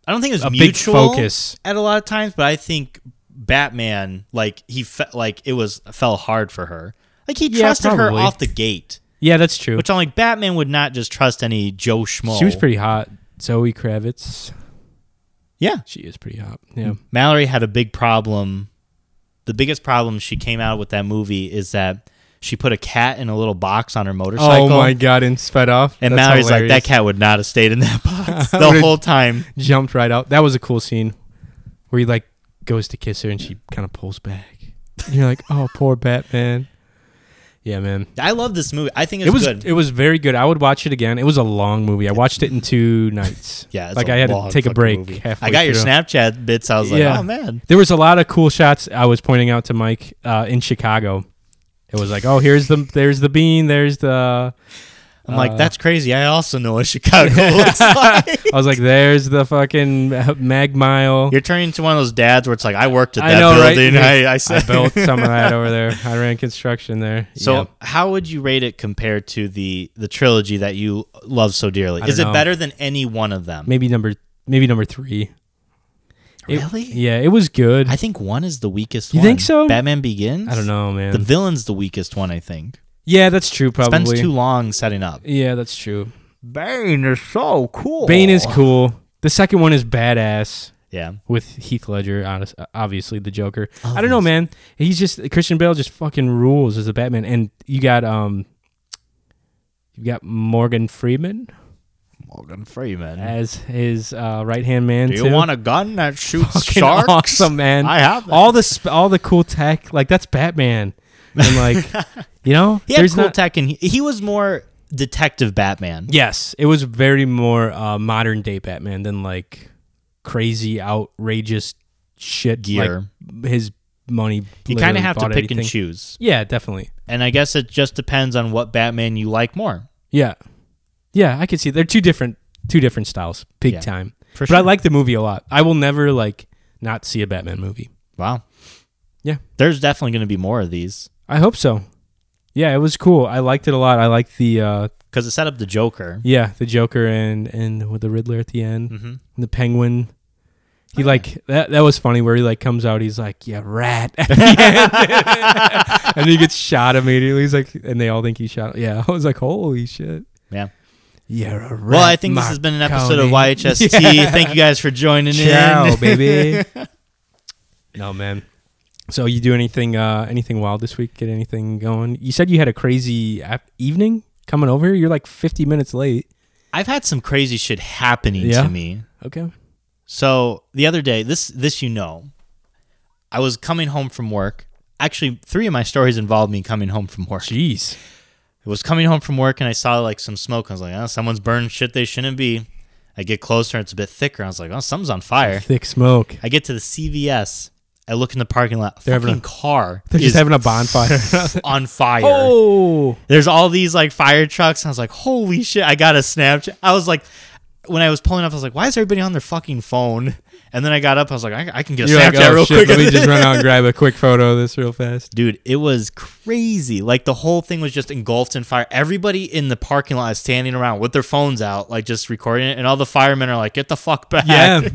S2: I don't think it was
S1: A big
S2: mutual
S1: focus.
S2: at a lot of times, but I think Batman like he fe- like it was fell hard for her. Like he
S1: Yeah,
S2: trusted her
S1: probably.
S2: off the gate,
S1: Yeah, that's true.
S2: which I'm like Batman would not just trust any Joe Schmo.
S1: she was pretty hot. Zoe Kravitz.
S2: Yeah,
S1: She is pretty hot. Yeah.
S2: Mallory had a big problem. The biggest problem she came out with that movie is that she put a cat in a little box on her motorcycle.
S1: Oh my god! And sped off.
S2: And
S1: That's
S2: Mallory's
S1: hilarious.
S2: like, that cat would not have stayed in that box the whole time.
S1: jumped right out. That was a cool scene where he like goes to kiss her and she kind of pulls back. And you're like, oh, poor Batman. Yeah, man.
S2: I love this movie. I think it's
S1: It was
S2: good.
S1: it was very good. I would watch it again. It was a long movie. I watched it in two nights.
S2: yeah, it's
S1: like
S2: I
S1: I had to take a break. halfway
S2: I got your
S1: through.
S2: Snapchat bits. I was like,
S1: Yeah.
S2: oh man,
S1: There was a lot of cool shots I was pointing out to Mike uh, in Chicago. It was like, oh, here's the there's the bean, there's the
S2: I'm like, that's crazy. I also know what Chicago looks like.
S1: I was like, there's the fucking mag mile.
S2: You're turning into one of those dads where it's like, I worked at
S1: I
S2: that
S1: know, right?
S2: building. I, I,
S1: I
S2: said,
S1: built some of that over there. I ran construction there.
S2: So,
S1: Yeah.
S2: how would you rate it compared to the the trilogy that you love so dearly?
S1: I
S2: Is it
S1: don't know.
S2: better than any one of them?
S1: maybe number maybe number three. It-
S2: Really?
S1: yeah, it was good.
S2: I think one is the weakest.
S1: You
S2: one.
S1: think so?
S2: Batman Begins.
S1: I don't know, man.
S2: The villain's the weakest one, I think.
S1: yeah, that's true. Probably.
S2: Spends too long setting up.
S1: yeah, that's true.
S2: Bane is so cool.
S1: Bane is cool. The second one is badass
S2: Yeah.
S1: with Heath Ledger, honest, uh, obviously the Joker. I don't know, man. He's just Christian Bale just fucking rules as the Batman, and you got um, you got Morgan Freeman
S2: Morgan Freeman.
S1: as his uh, right hand man.
S2: Do you
S1: too.
S2: want a gun that shoots
S1: Fucking
S2: sharks?
S1: awesome, man.
S2: I have that.
S1: all the sp- all the cool tech? Like that's Batman, and like you know,
S2: He had
S1: there's
S2: cool
S1: not-
S2: tech, and he, he was more detective Batman.
S1: Yes, it was very more uh, modern day Batman than like crazy, outrageous shit.
S2: Gear.
S1: Like his money.
S2: You kind of have to pick and
S1: choose.
S2: choose,
S1: Yeah, definitely.
S2: and I guess it just depends on what Batman you like more.
S1: Yeah, yeah, I could see they're two different, two different styles, big
S2: Yeah,
S1: time.
S2: For
S1: but I like the movie a lot. I will never like not see a Batman movie.
S2: Wow.
S1: Yeah.
S2: There's definitely going to be more of these
S1: I hope so. Yeah, it was cool. I liked it a lot. I liked the uh,
S2: because it set up the Joker.
S1: yeah, the Joker and and with the Riddler at the end.
S2: Mm-hmm.
S1: the penguin.
S2: Oh,
S1: He like that that was funny where he like comes out, he's like, Yeah, rat and he gets shot immediately. He's like and they all think he shot yeah. I was like, Holy shit.
S2: Yeah.
S1: Yeah, a rat.
S2: Well, I think this has been an episode of YHST. Thank you guys for joining
S1: Ciao,
S2: in.
S1: baby. no man. So you do anything uh anything wild this week? Get anything going? You said you had a crazy ap- evening coming over here. You're like 50 minutes late.
S2: I've had some crazy shit happening
S1: Yeah?
S2: to me.
S1: Okay.
S2: So the other day, this this you know, I was coming home from work. Actually, three of my stories involved me coming home from work.
S1: Jeez.
S2: I was coming home from work and I saw like some smoke. I was like, oh, someone's burning shit they shouldn't be. I get closer and it's a bit thicker. I was like, oh, something's on fire.
S1: Thick smoke.
S2: I get to the CVS. I look in the parking lot.
S1: They're having
S2: fucking
S1: a-
S2: car.
S1: They're
S2: is
S1: just having a bonfire.
S2: on fire.
S1: oh.
S2: There's all these like fire trucks. And I was like, holy shit! I got a Snapchat. I was like, when I was pulling up, I was like, why is everybody on their fucking phone? And then I got up. I was like, I, I can get a
S1: You're
S2: Snapchat
S1: like, oh,
S2: real
S1: shit,
S2: quick.
S1: Let me just run out and grab a quick photo of this real fast.
S2: Dude, it was crazy. Like the whole thing was just engulfed in fire. Everybody in the parking lot is standing around with their phones out, like just recording it. And all the firemen are like, get the fuck back.
S1: Yeah.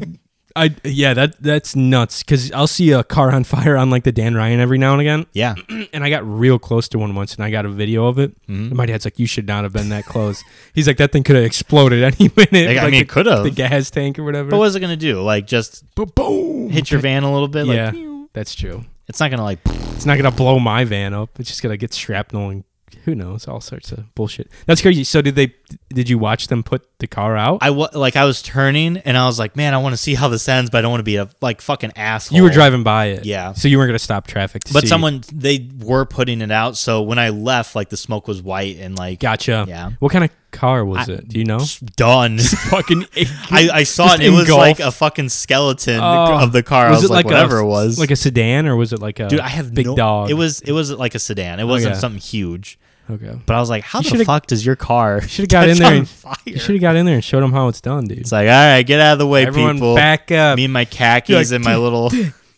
S1: I yeah, that that's nuts cuz I'll see a car on fire on like the Dan Ryan every now and again.
S2: Yeah.
S1: And I got real close to one once and I got a video of it.
S2: Mm-hmm.
S1: And my dad's like you should not have been that close. He's like that thing could have exploded any minute.
S2: Like, I
S1: like
S2: mean,
S1: the-
S2: it could have.
S1: The gas tank or whatever.
S2: But what was it going to do? Like just
S1: boom.
S2: hit your van a little bit? Like,
S1: yeah. That's true.
S2: It's not going to like.
S1: It's not going to blow my van up. It's just going to get shrapnel and who knows, all sorts of bullshit. That's crazy. So did they did you watch them put the car out?
S2: I wa- like I was turning and I was like, man, I want to see how this ends, but I don't want to be a like fucking asshole.
S1: You were driving by it.
S2: Yeah.
S1: So you weren't going to stop traffic to
S2: but
S1: see.
S2: someone they were putting it out. So when I left, like the smoke was white and like
S1: Gotcha.
S2: Yeah.
S1: What kind of car was it? Do you know?
S2: done.
S1: Fucking.
S2: I, I saw
S1: Just
S2: it. and It was
S1: engulfed.
S2: like a fucking skeleton
S1: Oh.
S2: of the car. I was like, whatever
S1: a,
S2: it was.
S1: Like a sedan or was it like a
S2: dude, I have
S1: big
S2: no,
S1: dog?
S2: It was it was like a sedan. It wasn't
S1: yeah.
S2: something huge.
S1: okay.
S2: But I was like, how the
S1: shoulda-
S2: fuck does your car
S1: shoulda got in
S2: catch
S1: there
S2: on
S1: and-
S2: fire?
S1: You should have got in there and showed them how it's done, dude.
S2: It's like, all right, get out of the way,
S1: Everyone,
S2: people.
S1: back up.
S2: Me and my khakis
S1: You're
S2: and my little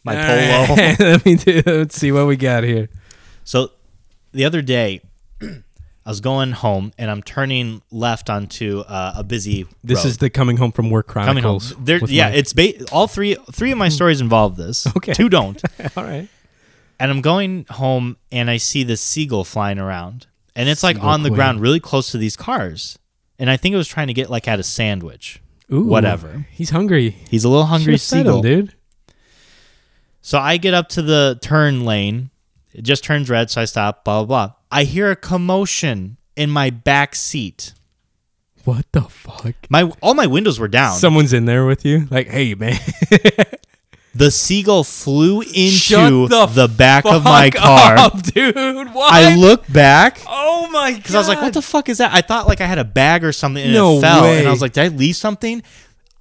S2: my
S1: All
S2: polo.
S1: right. Let me do. Let's see what we got here.
S2: So the other day, I was going home and I'm turning left onto uh, a busy.
S1: This
S2: road.
S1: is the coming home from work
S2: coming home.
S1: chronicles.
S2: There,
S1: with
S2: yeah,
S1: Mike.
S2: it's ba- all three. Three of my stories involve this.
S1: Okay.
S2: two don't.
S1: all right.
S2: and I'm going home and I see this seagull flying around, and it's like
S1: Seagull
S2: on the
S1: queen.
S2: ground, really close to these cars. And I think it was trying to get like at a sandwich.
S1: Ooh,
S2: Whatever.
S1: He's hungry.
S2: He's a little hungry
S1: Should've fed him,
S2: seagull.
S1: dude.
S2: So I get up to the turn lane. It just turns red, so I stop. Blah blah blah. I hear a commotion in my back seat.
S1: What the fuck?
S2: My all my windows were down.
S1: Someone's in there with you. Like, hey, man.
S2: the seagull flew into
S1: Shut
S2: the,
S1: the
S2: back of my
S1: Fuck
S2: car.
S1: up, dude. What?
S2: I look back
S1: Oh my god!
S2: because I was like, "What the fuck is that?" I thought like I had a bag or something and it
S1: No
S2: fell,
S1: way.
S2: and I was like, "Did I leave something?"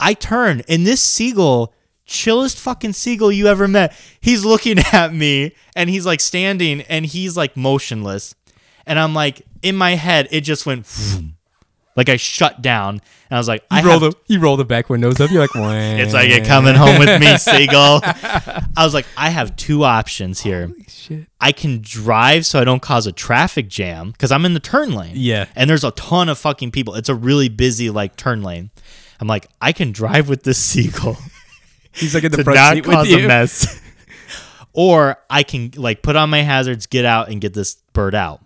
S2: I turn, and this seagull, chillest fucking seagull you ever met, he's looking at me, and he's like standing, and he's like motionless, and I'm like in my head, it just went. Like I shut down and I was like, I
S1: You roll
S2: have-
S1: the you roll the back windows up. You're like,
S2: it's like you're coming home with me, seagull. I was like, I have two options here.
S1: Shit.
S2: I can drive so I don't cause a traffic jam because I'm in the turn lane.
S1: Yeah.
S2: And there's a ton of fucking people. It's a really busy like turn lane. I'm like, I can drive with this seagull
S1: He's like in the
S2: to
S1: front
S2: not
S1: seat with
S2: cause
S1: you.
S2: a mess. or I can like put on my hazards, get out, and get this bird out.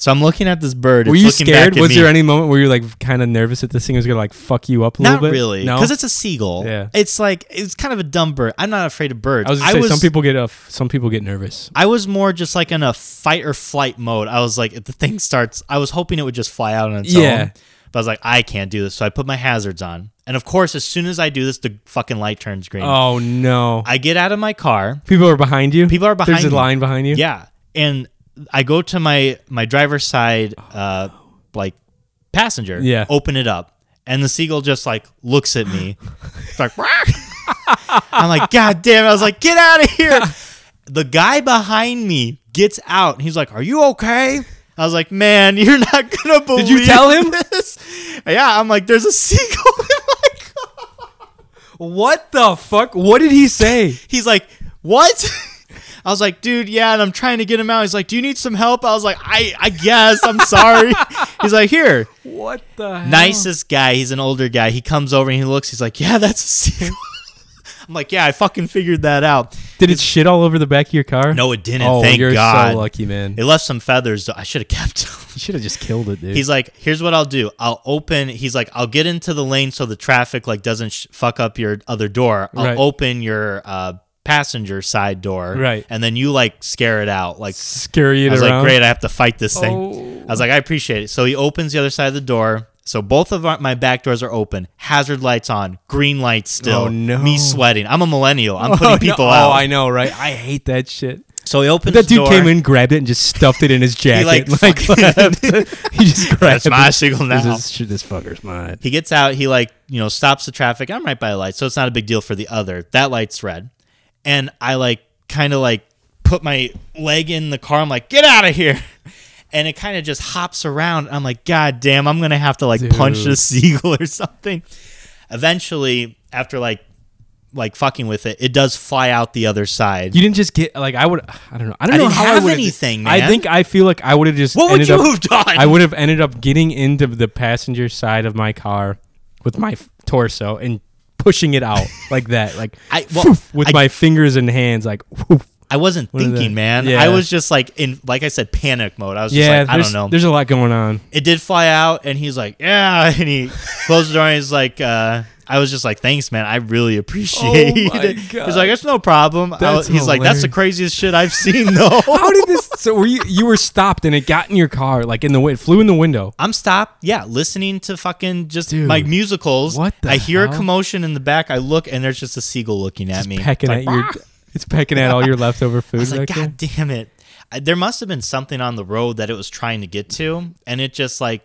S2: So I'm looking at this bird.
S1: Were
S2: it's
S1: you
S2: looking
S1: scared?
S2: Back at
S1: Was
S2: me.
S1: there any moment where you're like kind of nervous that this thing was gonna like fuck you up a
S2: Not
S1: little bit?
S2: really,
S1: no.
S2: because it's a seagull.
S1: Yeah.
S2: It's like it's kind of a dumb bird. I'm not afraid of birds.
S1: I was, gonna say, some people get uh, f- some people get nervous.
S2: I was more just like in a fight or flight mode. I was like, if the thing starts, I was hoping it would just fly out on its
S1: Yeah.
S2: own. But I was like, I can't do this. So I put my hazards on. And of course, as soon as I do this, the fucking light turns green.
S1: Oh no!
S2: I get out of my car.
S1: people are behind you.
S2: People are behind
S1: There's a
S2: me.
S1: line behind you.
S2: Yeah. And I go to my my driver's side uh like passenger.
S1: Oh. Yeah.
S2: Open it up. And the seagull just like looks at me. It's like "Rawr." I'm like, God damn it. I was like, get out of here. The guy behind me gets out and he's like, Are you okay? I was like, man, you're not gonna believe
S1: you tell him?
S2: this. Yeah, I'm like, there's a seagull in my car.
S1: What the fuck? What did he say?
S2: He's like, "What?" I was like, "Dude, yeah." And I'm trying to get him out. He's like, "Do you need some help?" I was like, "I, I guess. I'm sorry." He's like, "Here."
S1: what the hell?
S2: Nicest guy. He's an older guy. He comes over and he looks. He's like, "Yeah, that's a seal." I'm like, "Yeah, I fucking figured that out."
S1: Did it shit all over the back of your car?
S2: No, it didn't.
S1: Oh,
S2: thank
S1: you're
S2: God.
S1: so lucky, man.
S2: It left some feathers. Though. I should have kept them.
S1: You should have just killed it, dude.
S2: He's like, here's what I'll do. I'll open. He's like, I'll get into the lane so the traffic like doesn't sh- fuck up your other door. I'll
S1: Right.
S2: open your uh, passenger side door,
S1: Right.
S2: And then you like scare it out. Like
S1: scary
S2: I
S1: it
S2: was
S1: around.
S2: like, great, I have to fight this thing.
S1: Oh.
S2: I was like, I appreciate it. So he opens the other side of the door. So both of our, my back doors are open. Hazard lights on. Green lights still.
S1: Oh, no.
S2: Me sweating. I'm a millennial. I'm
S1: Oh,
S2: putting people
S1: no.
S2: out.
S1: Oh, I know, right? I hate that shit.
S2: so he opens.
S1: That
S2: the
S1: dude
S2: door.
S1: came in, grabbed it, and just stuffed it in his jacket.
S2: like,
S1: like,
S2: fucking-
S1: left. he just grabbed
S2: That's my
S1: it.
S2: signal
S1: This,
S2: now.
S1: is- shit, this fucker's mine.
S2: He gets out. He like you know stops the traffic. I'm right by a light, so it's not a big deal for the other. That light's red, and I like kind of like put my leg in the car. I'm like, get out of here, and it kind of just hops around. I'm like, god damn, I'm gonna have to like punch
S1: Dude.
S2: the seagull or something. Eventually, after like like fucking with it, it does fly out the other side.
S1: You didn't just get like I would. I don't know. I don't
S2: I
S1: know
S2: didn't
S1: how I
S2: have
S1: would've-
S2: anything,
S1: I
S2: man.
S1: think I feel like I would have just.
S2: what would
S1: ended
S2: you
S1: up-
S2: have done?
S1: I would have ended up getting into the passenger side of my car with my f- torso and pushing it out like that, like
S2: I- well,
S1: poof, with
S2: I-
S1: my fingers and hands, like. Woof.
S2: I wasn't
S1: is that?
S2: thinking, man.
S1: Yeah.
S2: I was just like in, like I said, panic mode. I was
S1: Yeah,
S2: just like, I
S1: there's,
S2: don't know.
S1: there's a lot going on.
S2: it did fly out and he's like yeah and he closed the door and he's like uh I was just like, thanks, man. I really appreciate
S1: Oh my
S2: it.
S1: God.
S2: He's like, it's no problem. I
S1: That's
S2: was- he's like, that's the craziest shit I've seen, though.
S1: How did this? So were you? You were stopped and it got in your car, like in the wind, flew in the window.
S2: I'm stopped, yeah, listening to fucking just
S1: Dude,
S2: my musicals.
S1: what the
S2: I hear
S1: hell?
S2: a commotion in the back. I look, and there's just a seagull looking at me.
S1: Pecking
S2: It's
S1: at
S2: like,
S1: your, it's pecking at all your leftover food.
S2: I was like,
S1: back there.
S2: God damn it. I, there must have been something on the road that it was trying to get to, and it just like,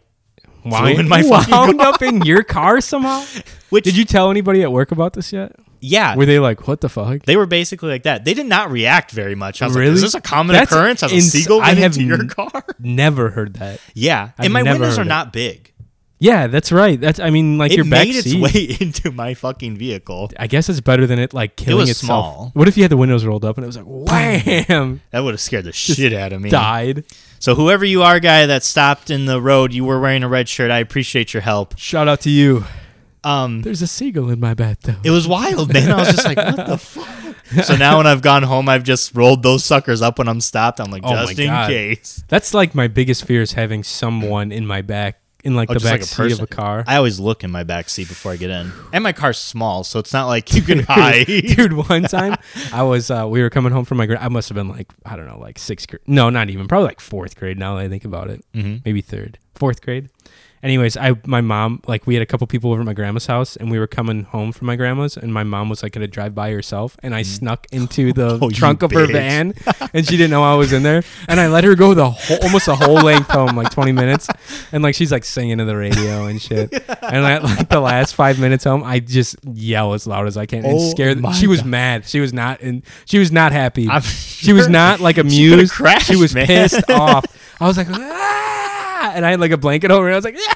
S1: Wound-
S2: in my fucking
S1: wound up in your car somehow.
S2: which,
S1: Did you tell anybody at work about this yet?
S2: yeah.
S1: Were they like, "What the fuck"?
S2: They were basically like that. They did not react very much. I was
S1: Really?
S2: like, is this a common
S1: That's
S2: occurrence? Has a
S1: ins-
S2: seagull
S1: I
S2: went
S1: have
S2: into your
S1: n-
S2: car?
S1: Never heard that.
S2: Yeah.
S1: I've
S2: and my
S1: never
S2: windows
S1: heard
S2: are
S1: it.
S2: not big.
S1: Yeah, that's right. That's I mean, like
S2: It
S1: your back
S2: made its
S1: seat.
S2: way into my fucking vehicle.
S1: I guess it's better than it like killing
S2: was
S1: itself.
S2: small.
S1: What if you had the windows rolled up and it was like wham,
S2: That would have scared the shit out of me.
S1: died?
S2: So whoever you are, guy that stopped in the road, you were wearing a red shirt. I appreciate your help.
S1: Shout out to you.
S2: Um,
S1: There's a seagull in my bathtub.
S2: it was wild, man. I was just like, what the fuck? So now when I've gone home, I've just rolled those suckers up when I'm stopped. I'm like,
S1: Oh my
S2: just in
S1: God.
S2: case.
S1: That's like my biggest fear is having someone in my back in like
S2: Oh,
S1: the
S2: just
S1: back
S2: like a
S1: seat of
S2: person.
S1: a car.
S2: I always look in my back seat before I get in. And my car's small, so it's not like you can hide.
S1: Dude, one time I was uh, we were coming home from my gra- I must have been like I don't know like sixth grade. No, not even probably like fourth grade. Now that I think about it, mm-hmm. maybe third, fourth grade. Anyways, I my mom like we had a couple people over at my grandma's house and we were coming home from my grandma's and my mom was like gonna drive by herself and I snuck into the
S2: Mm-hmm. Oh, you
S1: trunk of her
S2: bitch.
S1: van and she didn't know I was in there and I let her go the whole almost the whole length home like 20 minutes and like she's like singing to the radio and shit and at like the last five minutes home I just yell as loud as I can and
S2: Oh
S1: scare the
S2: my
S1: she was
S2: God.
S1: mad she was not and she was not happy
S2: I'm
S1: she was
S2: sure
S1: not like
S2: could've
S1: amused she,
S2: crashed,
S1: was
S2: man.
S1: pissed off I was like ah! and I had like a blanket over and I was like yeah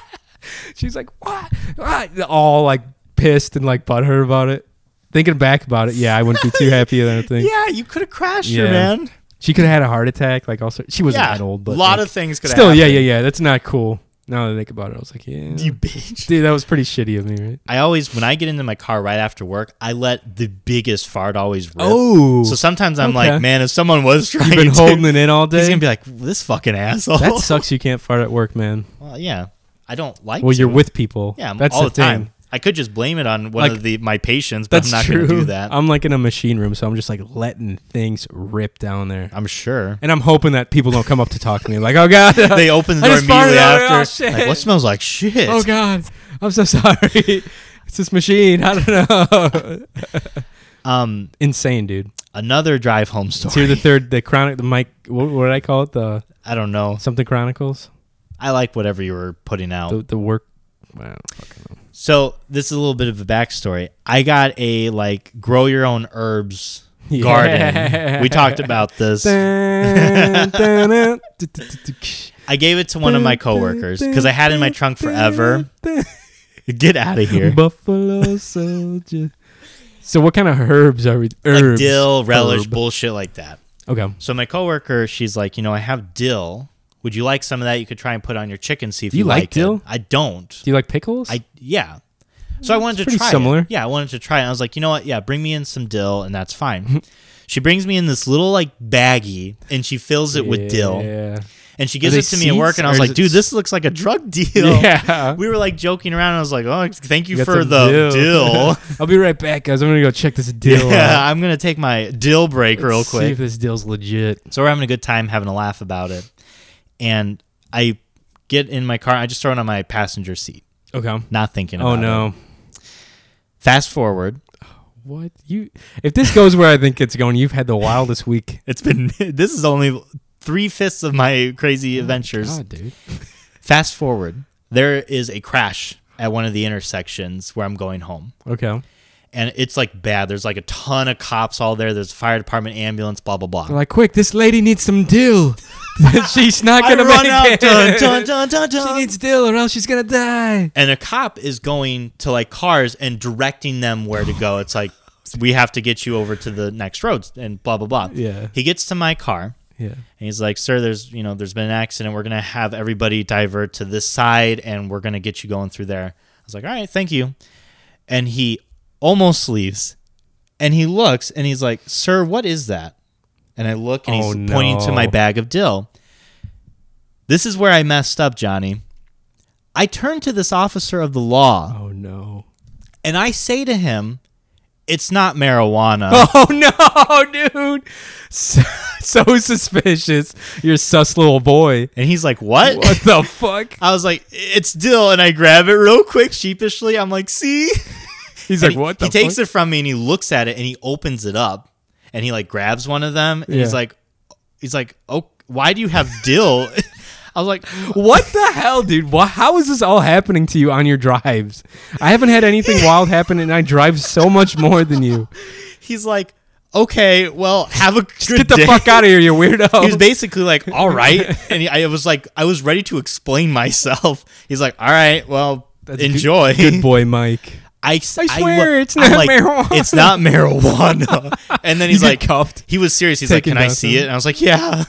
S1: She's like, what? what? All like pissed and like butthurt about it. Thinking back about it, yeah, I wouldn't be too happy. I don't think.
S2: Yeah, you could have crashed her,
S1: Yeah.
S2: man.
S1: She could have had a heart attack. Like also, she wasn't that old, but
S2: a lot
S1: like,
S2: of things could have
S1: still, yeah, yeah, yeah. That's not cool. Now that I think about it, I was like, yeah,
S2: You bitch.
S1: dude, that was pretty shitty of me, right?
S2: I always, when I get into my car right after work, I let the biggest fart always rip.
S1: Oh,
S2: So sometimes I'm
S1: Okay.
S2: like, man, if someone was trying
S1: you've been
S2: to,
S1: holding it in all
S2: he's
S1: day.
S2: gonna be like, this fucking asshole.
S1: that sucks. You can't fart at work, man.
S2: well, yeah, I don't like.
S1: Well,
S2: to.
S1: you're with people.
S2: yeah, I'm
S1: that's
S2: all
S1: the,
S2: the, time.
S1: Thing.
S2: I could just blame it on one
S1: Like,
S2: of the my patients, but
S1: That's
S2: I'm not
S1: true. Uh,
S2: gonna do that.
S1: I'm like in a machine room, so I'm just like letting things rip down there,
S2: I'm sure.
S1: and I'm hoping that people don't come up to talk to me. Like, oh god,
S2: They open the
S1: I
S2: door
S1: just farted
S2: immediately
S1: on it. Oh,
S2: after.
S1: shit.
S2: Like, what smells like shit?
S1: oh god, I'm so sorry. it's this machine. I don't know.
S2: Um,
S1: Insane, dude.
S2: another drive home story.
S1: Let's hear the third, the chronic, the mic. What, what did I call it? The
S2: I don't know.
S1: something chronicles.
S2: I like whatever you were putting out.
S1: The the work. I don't fucking know.
S2: So this is a little bit of a backstory. I got a like grow your own herbs
S1: Yeah.
S2: garden. We talked about this.
S1: Dun, dun, dun, du- du- du- du- ksh.
S2: I gave it to one of my coworkers because I had it in my trunk forever. Get out of here.
S1: Buffalo soldier. So what kind of herbs are we?
S2: Like
S1: Herbs.
S2: dill, relish,
S1: Herb.
S2: bullshit like that.
S1: Okay.
S2: So my coworker, she's like, you know, I have dill. Would you like some of that? You could try and put on your chicken, see if
S1: You
S2: you,
S1: like
S2: like,
S1: dill?
S2: It. I don't.
S1: Do you like pickles?
S2: I yeah. So I wanted
S1: pretty
S2: to try.
S1: similar.
S2: It. Yeah, I wanted to try it. I was like, you know what? Yeah, bring me in some dill, and that's fine. she brings me in this little like baggie, and she fills it with dill,
S1: Yeah.
S2: and she gives
S1: they
S2: it to me at work,
S1: seeds,
S2: and
S1: or
S2: I was
S1: is
S2: like,
S1: it
S2: dude,
S1: s-
S2: this looks like a drug deal.
S1: Yeah.
S2: We were like joking around. And I was like, oh, thank you,
S1: got
S2: for
S1: some
S2: the dill.
S1: I'll be right back, guys. I'm gonna go check this dill.
S2: yeah,
S1: out.
S2: I'm gonna take my dill break real
S1: Let's See
S2: quick.
S1: if this dill's legit.
S2: So we're having a good time, having a laugh about it, and I get in my car. I just throw it on my passenger seat,
S1: Okay.
S2: not thinking.
S1: Oh
S2: about it.
S1: no.
S2: Fast forward.
S1: What you? If this goes where I think it's going, you've had the wildest week.
S2: It's been this is only three fifths of my crazy adventures.
S1: Oh God, dude.
S2: Fast forward, there is a crash at one of the intersections where I'm going home,
S1: Okay.
S2: and it's like bad. There's like a ton of cops all there. There's fire department, ambulance, blah blah
S1: I'm
S2: blah.
S1: like, quick, this lady needs some dill. she's not
S2: I
S1: gonna
S2: run
S1: make
S2: out,
S1: it.
S2: dun, dun, dun, dun,
S1: She
S2: dun.
S1: needs dill, or else she's gonna die.
S2: and a cop is going to like cars and directing them where to go. It's like we have to get you over to the next roads and blah blah blah.
S1: Yeah.
S2: He gets to my car.
S1: Yeah.
S2: And he's like, "Sir, there's you know there's been an accident. We're gonna have everybody divert to this side, and we're gonna get you going through there." I was like, "All right, thank you." And he almost leaves, and he looks, and he's like, "Sir, what is that?" And I look, and
S1: Oh,
S2: he's pointing to my
S1: no.
S2: bag of dill. This is where I messed up, Johnny. I turn to this officer of the law,
S1: Oh no.
S2: and I say to him, "It's not marijuana."
S1: Oh no, dude. So, so suspicious. You're a sus little boy.
S2: And he's like, "What?"
S1: What the fuck?
S2: I was like, it's dill, and I grab it real quick, sheepishly. I'm like, see?
S1: He's
S2: And
S1: like,
S2: he-
S1: what the
S2: He
S1: fuck?
S2: takes it from me and he looks at it and he opens it up and he like grabs one of them and
S1: Yeah.
S2: he's like, he's like, oh, why do you have dill? I was like,
S1: What the hell, dude? Why, how is this all happening to you on your drives? I haven't had anything wild happen, and I drive so much more than you.
S2: he's like, okay, well, have a good
S1: Get the
S2: day.
S1: fuck out of here, you
S2: He was
S1: weirdo.
S2: basically like, all right. And he, I was like, I was ready to explain myf. He's like, all right, well,
S1: That's good-
S2: enjoy.
S1: Good boy, Mike.
S2: I, s-
S1: I
S2: lo-
S1: swear it's
S2: I'm
S1: not
S2: like,
S1: marijuana.
S2: It's not marijuana. and then he's
S1: You
S2: like,
S1: get cuffed.
S2: He was serious. He's
S1: Taken
S2: like, can I
S1: down
S2: see it?
S1: some-
S2: And I was like, yeah.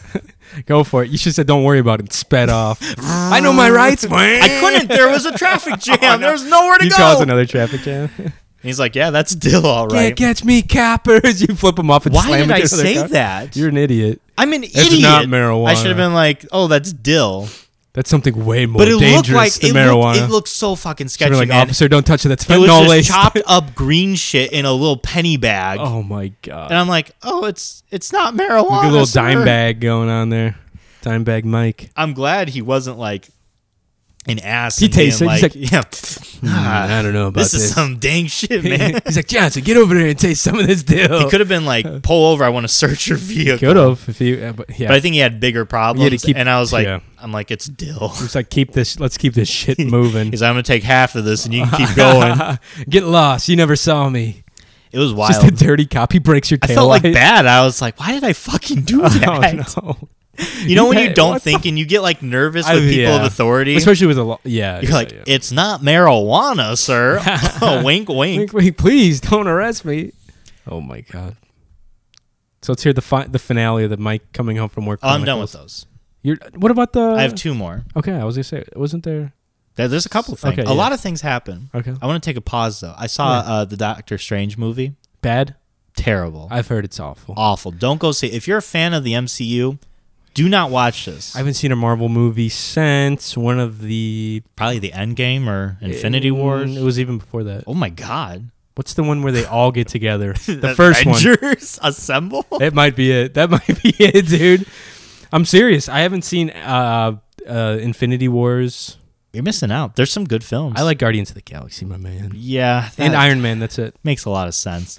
S1: Go for it. You should have said, don't worry about it. and Sped off. I know my rights.
S2: I couldn't. There was a
S1: Oh,
S2: traffic jam. There was nowhere to
S1: You
S2: go.
S1: cause another traffic jam.
S2: And he's like, yeah, that's dill, all
S1: Can't
S2: right.
S1: catch me, coppers. You flip them off and
S2: Why
S1: slam into
S2: did I
S1: another
S2: say
S1: cop.
S2: that?
S1: You're an idiot.
S2: I'm an
S1: It's
S2: idiot.
S1: not marijuana.
S2: I should have been like, oh, that's dill.
S1: That's something way more
S2: But it looked
S1: dangerous
S2: like
S1: than
S2: it
S1: marijuana.
S2: looked, it looked so fucking
S1: You're
S2: sketchy.
S1: like,
S2: man.
S1: officer, don't touch it. That's
S2: it was
S1: fentanyl
S2: just
S1: laced.
S2: chopped up green shit in a little penny bag.
S1: Oh my god.
S2: And I'm like, oh, it's it's not marijuana.
S1: Look at a little
S2: sir."
S1: dime bag going on there. Dime bag Mike.
S2: I'm glad he wasn't like an ass.
S1: He
S2: and being
S1: tasted it. He's
S2: Like,
S1: like,
S2: yeah, ah,
S1: "Hmm, I don't know about
S2: this is
S1: this."
S2: some dang shit, man.
S1: He's like, Johnson, get over there and taste some of this dill.
S2: he could have been like, pull over. I want to search your vehicle.
S1: Could have if you, uh, but yeah.
S2: But I think he had bigger problems.
S1: keep-
S2: and I was like,
S1: yeah.
S2: I'm like, it's dill.
S1: it's like keep this. Let's keep this shit moving.
S2: He's like, "Uh-huh." I'm gonna take half of this, and you can keep going.
S1: Get lost. You never saw me.
S2: It was
S1: Just a
S2: wild.
S1: dirty cop. He breaks your
S2: I
S1: tail.
S2: felt like bad. I was like, why did I fucking do that?
S1: Oh no.
S2: You know when you
S1: Yeah,
S2: don't
S1: what
S2: think and you get like nervous
S1: I-
S2: with people of
S1: yeah.
S2: authority.
S1: especially with a lot. Yeah,
S2: You're
S1: yeah,
S2: like,
S1: yeah.
S2: it's not marijuana, sir. Oh, wink, wink.
S1: Wink, wink, please don't arrest me. Oh my god. So let's hear the fi- the finale of the Mike coming home from work.
S2: Oh, I'm done with
S1: Chronicles.
S2: those.
S1: You're, what about the?
S2: I have two more.
S1: Okay, I was gonna say, wasn't there?
S2: There- There's a couple things.
S1: Okay,
S2: a
S1: yeah.
S2: lot of things happen.
S1: Okay,
S2: I want to take a pause though. I saw uh, the Doctor Strange movie.
S1: bad.
S2: Terrible,
S1: I've heard it's awful.
S2: awful. Don't go see. If you're a fan of the MCU, do not watch this.
S1: I haven't seen a Marvel movie since one of the Mm,
S2: Probably the Endgame or Infinity Wars.
S1: It was even before that.
S2: oh my God!
S1: What's the one where they all get together? The first one.
S2: Avengers assemble.
S1: That might be it. That might be it, dude. I'm serious. I haven't seen uh, uh, Infinity Wars.
S2: You're missing out. There's some good films.
S1: I like Guardians of the Galaxy, my man.
S2: Yeah, that
S1: And Iron Man. That's it.
S2: makes a lot of sense.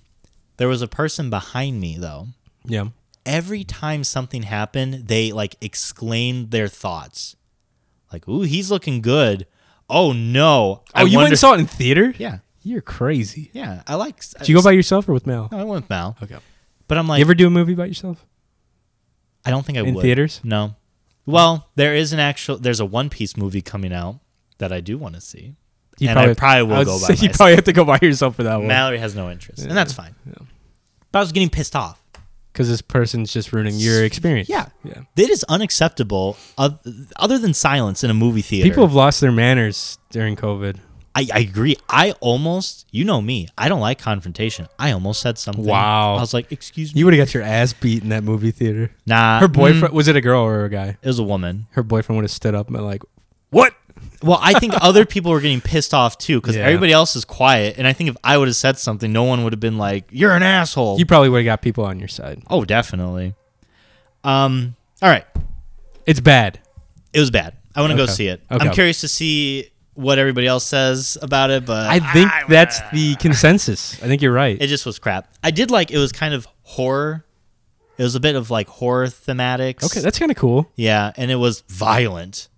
S2: There was a person behind me though.
S1: Yeah.
S2: every time something happened, they like exclaimed their thoughts. Like, ooh, he's looking good. Oh no.
S1: Oh, you went and saw it in theater?
S2: Yeah.
S1: You're crazy.
S2: Yeah. I like
S1: Did you go by yourself or with Mel?
S2: No, I went with Mal.
S1: Okay.
S2: But I'm like
S1: you ever do a movie by yourself
S2: I don't think I
S1: in
S2: would.
S1: theaters?
S2: No. Well, there is an actual there's a one piece movie coming out that I do want to see.
S1: You
S2: And I probably will
S1: would
S2: go by
S1: say You
S2: myself.
S1: probably have to go by yourself for that one
S2: Mallory has no interest. And that's fine. But I was getting pissed off.
S1: because this person's just ruining your experience.
S2: Yeah.
S1: Yeah.
S2: It is unacceptable uh, other than silence in a movie theater.
S1: People have lost their manners during COVID.
S2: I, I agree. I almost, you know me, I don't like confrontation. I almost said something.
S1: Wow.
S2: I was like, excuse me.
S1: You would have got your ass beat in that movie theater.
S2: nah.
S1: Her
S2: mm,
S1: boyfriend was it a girl or a guy?
S2: it was a woman.
S1: Her boyfriend would have stood up and been like, "What?"
S2: Well, I think other people were getting pissed off too because
S1: Yeah.
S2: everybody else is quiet. And I think if I would have said something, no one would have been like, you're an asshole.
S1: You probably would have got people on your side.
S2: oh, definitely. Um. All right.
S1: It's bad.
S2: It was bad. I want to go
S1: Okay.
S2: see it. I'm
S1: Okay.
S2: curious to see what everybody else says about it, but
S1: I think that's the consensus. I think you're right.
S2: it just was crap. I did like it was kind of horror. It was a bit of like horror thematics.
S1: okay, that's kind of cool.
S2: Yeah, and it was violent.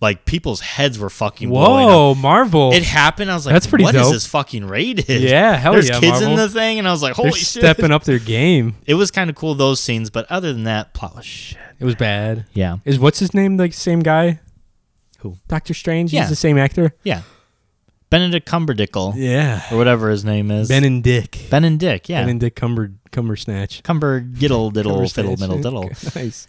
S2: Like people's heads were fucking blowing up.
S1: Whoa, Marvel!
S2: It happened. I was like,
S1: That's pretty
S2: "What is
S1: dope.
S2: this fucking rated?"
S1: Yeah, hell
S2: There's
S1: yeah,
S2: kids in
S1: Marvel.
S2: the thing, and I was like, "Holy
S1: They're
S2: shit!"
S1: stepping up their game.
S2: It was kind of cool those scenes, but other than that, plot was shit.
S1: It was bad.
S2: Yeah,
S1: Is what's his name the same guy?
S2: Who?
S1: Doctor Strange.
S2: Yeah.
S1: He's the same actor.
S2: yeah. Benedict Cumberdickle
S1: Yeah.
S2: or whatever his name is.
S1: Ben and Dick.
S2: Ben and Dick. Yeah.
S1: Ben and Dick Cumber Cumbersnatch.
S2: Cumber Giddle Diddle Fiddle
S1: Cumbersnatch.
S2: Middle Diddle.
S1: nice.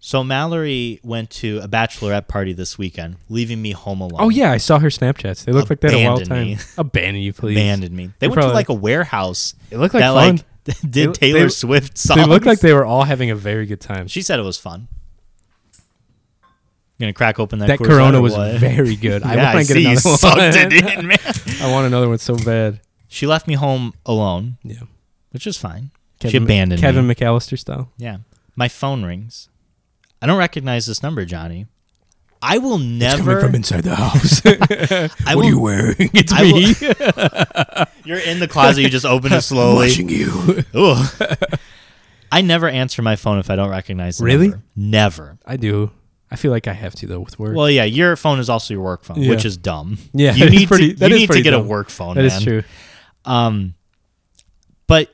S2: So Mallory went to a bachelorette party this weekend, leaving me home alone.
S1: Oh yeah, I saw her Snapchats. They looked like they had a wild
S2: Abandon me.
S1: time. Abandon you, please.
S2: abandoned me. They
S1: They
S2: went to
S1: probably-
S2: like a warehouse
S1: It looked like
S2: that
S1: fun.
S2: like
S1: They-
S2: did Taylor
S1: they-
S2: Swift songs.
S1: they looked like they were all having a very good time.
S2: She said it was fun. You gonna crack open that.
S1: that
S2: Coors
S1: Corona
S2: Light or
S1: was
S2: what?
S1: very good. I
S2: yeah, I
S1: want to get
S2: see. You
S1: another
S2: sucked it
S1: one.
S2: in, man.
S1: I want another one so bad.
S2: She left me home alone,
S1: Yeah.
S2: which is fine. she
S1: Kevin,
S2: abandoned
S1: Kevin
S2: me.
S1: McAllister style.
S2: Yeah, my phone rings. I don't recognize this number, Johnny. I will never.
S1: inside the house.
S2: I will, you
S1: wearing? It's
S2: I will- you're in the closet. You just open it slowly.
S1: you.
S2: Ooh. I never answer my phone if I don't recognize the
S1: Really?
S2: number. Never.
S1: I do. I feel like I have to though with work.
S2: Well, yeah, your phone is also your work phone,
S1: Yeah.
S2: which is dumb.
S1: Yeah,
S2: you
S1: that is
S2: need
S1: pretty-
S2: to,
S1: that
S2: you
S1: is
S2: need to
S1: pretty
S2: get a
S1: dumb.
S2: work phone.
S1: that
S2: man.
S1: is true.
S2: Um, but